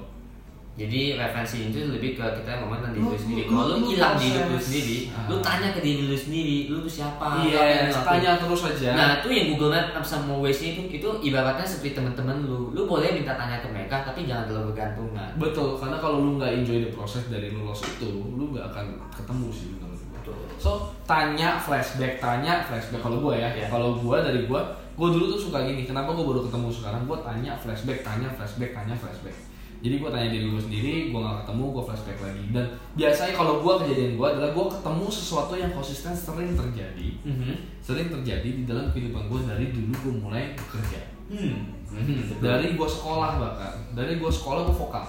Speaker 2: Jadi referensi itu lebih ke kita ngomong tentang diri
Speaker 1: Lu-
Speaker 2: lu sendiri.
Speaker 1: lu-
Speaker 2: Kalau lu
Speaker 1: lu
Speaker 2: hilang di hidup lu
Speaker 1: proses.
Speaker 2: sendiri, lu
Speaker 1: Ah.
Speaker 2: tanya ke diri lu sendiri, lu tuh siapa? apa yang
Speaker 1: iya
Speaker 2: lu lakuin.
Speaker 1: tanya terus aja
Speaker 2: Nah, itu yang Google Maps sama Waze itu itu ibaratnya seperti teman-teman lu. Lu boleh minta tanya ke mereka, tapi jangan terlalu bergantungan.
Speaker 1: Betul, karena kalau lu nggak enjoy the process dari lu loss itu, lu nggak akan ketemu sih menurut gua.
Speaker 2: Betul.
Speaker 1: So, tanya flashback, tanya flashback kalau gua ya.
Speaker 2: Iya.
Speaker 1: Kalau gua dari gua, gua dulu tuh suka gini, kenapa gua baru ketemu sekarang? Gua tanya flashback, tanya flashback, tanya flashback. Jadi gua tanya diri gua sendiri, gua nggak ketemu, gua flashback lagi. Dan biasanya kalau gua kejadian gua adalah gua ketemu sesuatu yang konsisten sering terjadi.
Speaker 2: Mhm.
Speaker 1: Sering terjadi di dalam kehidupan gua dari dulu gua mulai bekerja.
Speaker 2: Hmm. Mhm, betul.
Speaker 1: Dari gua sekolah bahkan, dari gua sekolah gua vokal.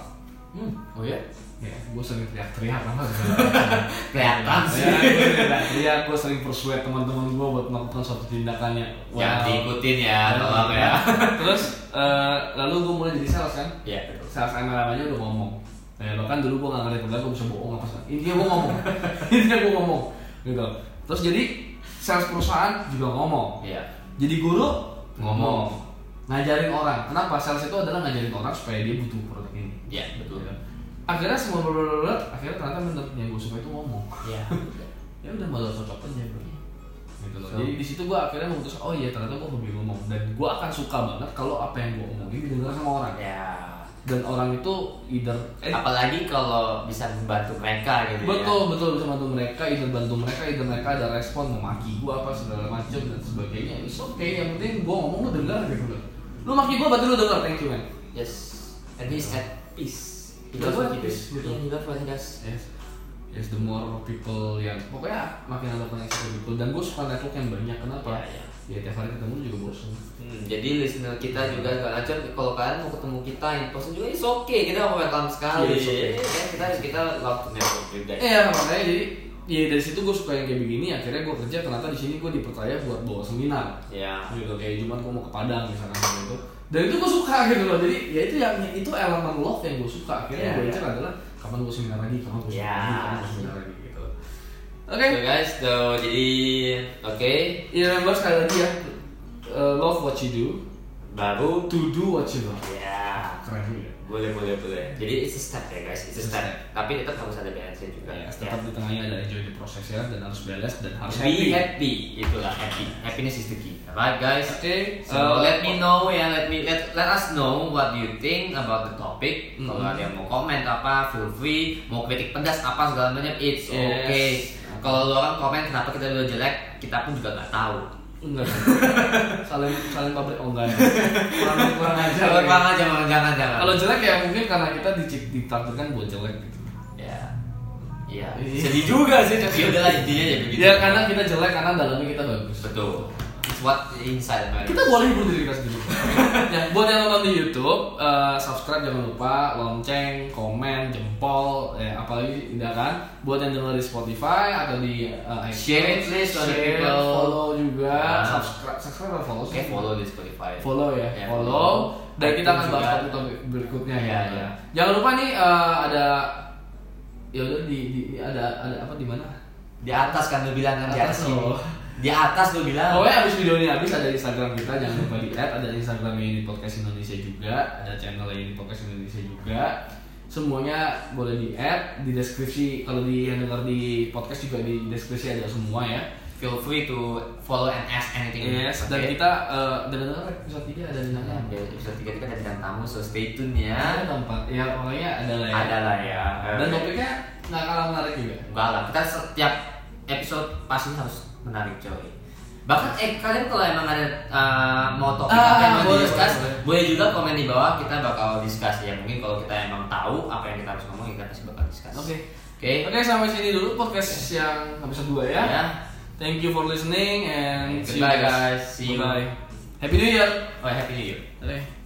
Speaker 2: Hmm. Oh ya?
Speaker 1: Ya, gue sering teriak-teriak apa iya,
Speaker 2: Kelihatan sih.
Speaker 1: gue kuliah gue sering persuade teman-teman gue buat melakukan suatu tindakannya Iya,
Speaker 2: Jangan diikutin ya, tolong ya.
Speaker 1: terus eh, lalu gue mulai jadi sales kan
Speaker 2: Iya, betul.
Speaker 1: sales MLM aja udah ngomong ya bahkan dulu gue gak ngerti pegang gue bisa bohong apa sih intinya gue ngomong intinya gue ngomong gitu terus jadi sales perusahaan juga ngomong
Speaker 2: Iya.
Speaker 1: jadi guru
Speaker 2: Ngomong.
Speaker 1: ngajarin orang kenapa sales itu adalah ngajarin orang supaya dia butuh produk ini
Speaker 2: Iya, betul.
Speaker 1: Ya. akhirnya semua blablabla akhirnya ternyata menurut yang gue suka itu ngomong
Speaker 2: Iya.
Speaker 1: ya udah malah cocok aja bro gitu loh.
Speaker 2: So.
Speaker 1: jadi di situ gue akhirnya memutus oh iya ternyata gue hobi ngomong dan gue akan suka banget kalau apa yang gue omongin didengar sama orang
Speaker 2: Ya.
Speaker 1: dan orang itu either eh,
Speaker 2: apalagi kalau bisa membantu mereka gitu
Speaker 1: betul betul bisa bantu mereka either bantu mereka either mereka ada respon memaki gue apa segala macam dan sebagainya itu oke yang penting gue ngomong lu dengar gitu loh lu maki gue berarti lu dengar thank you man
Speaker 2: ya yes at least at peace
Speaker 1: Betul,
Speaker 2: Because of
Speaker 1: at
Speaker 2: you
Speaker 1: peace,
Speaker 2: guys.
Speaker 1: betul.
Speaker 2: Yeah, because of you guys.
Speaker 1: yes yes the more people yang pokoknya makin ada koneksi ke people dan gue suka network yang banyak kenapa
Speaker 2: Ya, ya.
Speaker 1: ya tiap hari ketemu juga bosan
Speaker 2: Hmm, jadi listener kita juga gak lancar kalau kalian mau ketemu kita in person juga it's okay kita mau welcome sekali
Speaker 1: Iya, iya, iya.
Speaker 2: Kan kita kita love network juga
Speaker 1: Iya makanya jadi ya dari situ gue suka yang kayak begini akhirnya gue kerja ternyata di sini gue dipercaya buat bawa seminar
Speaker 2: ya
Speaker 1: gitu kayak cuman gue mau ke Padang misalkan gitu dan itu gue suka gitu loh jadi ya itu yang itu elemen love yang gue suka akhirnya
Speaker 2: Iya,
Speaker 1: gue
Speaker 2: iya.
Speaker 1: incer adalah kapan gue seminar lagi kapan gue seminar
Speaker 2: Iya.
Speaker 1: lagi kapan gue seminar lagi gitu oke
Speaker 2: so guys so, jadi oke
Speaker 1: ya gue sekali lagi ya Uh, love what you do
Speaker 2: baru
Speaker 1: to do what you love
Speaker 2: ya
Speaker 1: keren juga
Speaker 2: boleh boleh boleh jadi it's a step ya guys it's a
Speaker 1: It's a
Speaker 2: step
Speaker 1: step.
Speaker 2: tapi tetap harus ada balance juga Ya.
Speaker 1: ya, tetap di tengahnya ada enjoy the prosesnya dan harus balance dan harus
Speaker 2: Be
Speaker 1: happy oke
Speaker 2: happy, itulah happy. Happiness is the key. Alright guys. So
Speaker 1: uh,
Speaker 2: let me know ya, let me let let us know what you think about the topic.
Speaker 1: Mm.
Speaker 2: Kalau ada yang mau komen apa, feel free. Mau kritik pedas apa segala macam, it's
Speaker 1: Yes.
Speaker 2: okay. Kalau lu orang komen kenapa kita dulu jelek, kita pun juga nggak tahu.
Speaker 1: Enggak. saling saling pabrik oh enggak. Kurang kurang aja.
Speaker 2: Jangan jangan jangan jangan. jangan.
Speaker 1: Iya. Kalau jelek ya mungkin karena kita dicip ditakdirkan buat jelek gitu.
Speaker 2: ya, ya
Speaker 1: Iya.
Speaker 2: sedih juga sih tapi udah lah intinya ya begitu.
Speaker 1: Ya karena kita jelek karena dalamnya kita bagus.
Speaker 2: betul. It's what inside man.
Speaker 1: Kita boleh hibur diri kita sendiri. ya, buat yang nonton di YouTube, eh, subscribe jangan lupa, lonceng, komen, jempol, ya, apalagi tidak kan. Buat yang dengar di Spotify atau di eh, iTunes,
Speaker 2: Share it, please, to other
Speaker 1: share,
Speaker 2: people.
Speaker 1: follow juga,
Speaker 2: Ah.
Speaker 1: subscribe, subscribe atau follow.
Speaker 2: Oke, follow di Spotify.
Speaker 1: follow ya,
Speaker 2: Ya,
Speaker 1: follow dan kita akan bahas
Speaker 2: Juga.
Speaker 1: topik topik berikutnya ya.
Speaker 2: Ya, ya.
Speaker 1: Jangan lupa nih eh, ada ya udah di, di, di- ada ada apa di mana?
Speaker 2: Di atas kan lu bilang kan di atas
Speaker 1: Atas oh.
Speaker 2: sini.
Speaker 1: loh.
Speaker 2: Di atas lu bilang.
Speaker 1: Pokoknya abis video ini habis ada Instagram kita jangan lupa lihat ada Instagramnya ini podcast Indonesia juga ada channelnya ini podcast Indonesia juga semuanya boleh di add di deskripsi kalau di yang denger di podcast juga di deskripsi ada semua ya
Speaker 2: Feel free to follow and ask anything.
Speaker 1: yes dan
Speaker 2: Oke.
Speaker 1: kita eh, dan dengar episode 3 ada
Speaker 2: Nah,
Speaker 1: bintangnya
Speaker 2: di episode 3 kita ada bintang tamu, so stay tune ya.
Speaker 1: ada empat ya pokoknya ada lah ya
Speaker 2: Ada lah ya.
Speaker 1: dan topiknya nggak kalah menarik juga
Speaker 2: Enggak lah, kita setiap episode pasti harus menarik coy. Bahkan eh kalian kalau emang ada eh, mau topik
Speaker 1: Ah,
Speaker 2: apa yang mau
Speaker 1: boleh,
Speaker 2: discuss,
Speaker 1: boleh,
Speaker 2: boleh, juga komen di bawah kita bakal discuss ya. Mungkin kalau kita emang tahu apa yang kita harus ngomong, kita pasti bakal discuss.
Speaker 1: Oke.
Speaker 2: Oke.
Speaker 1: Oke, sampai sini dulu podcast yang episode 2 ya.
Speaker 2: Ya.
Speaker 1: Thank you for listening and see you
Speaker 2: Goodbye, guys. See you.
Speaker 1: Bye. Happy New Year.
Speaker 2: Oh, happy new year.
Speaker 1: Dadah.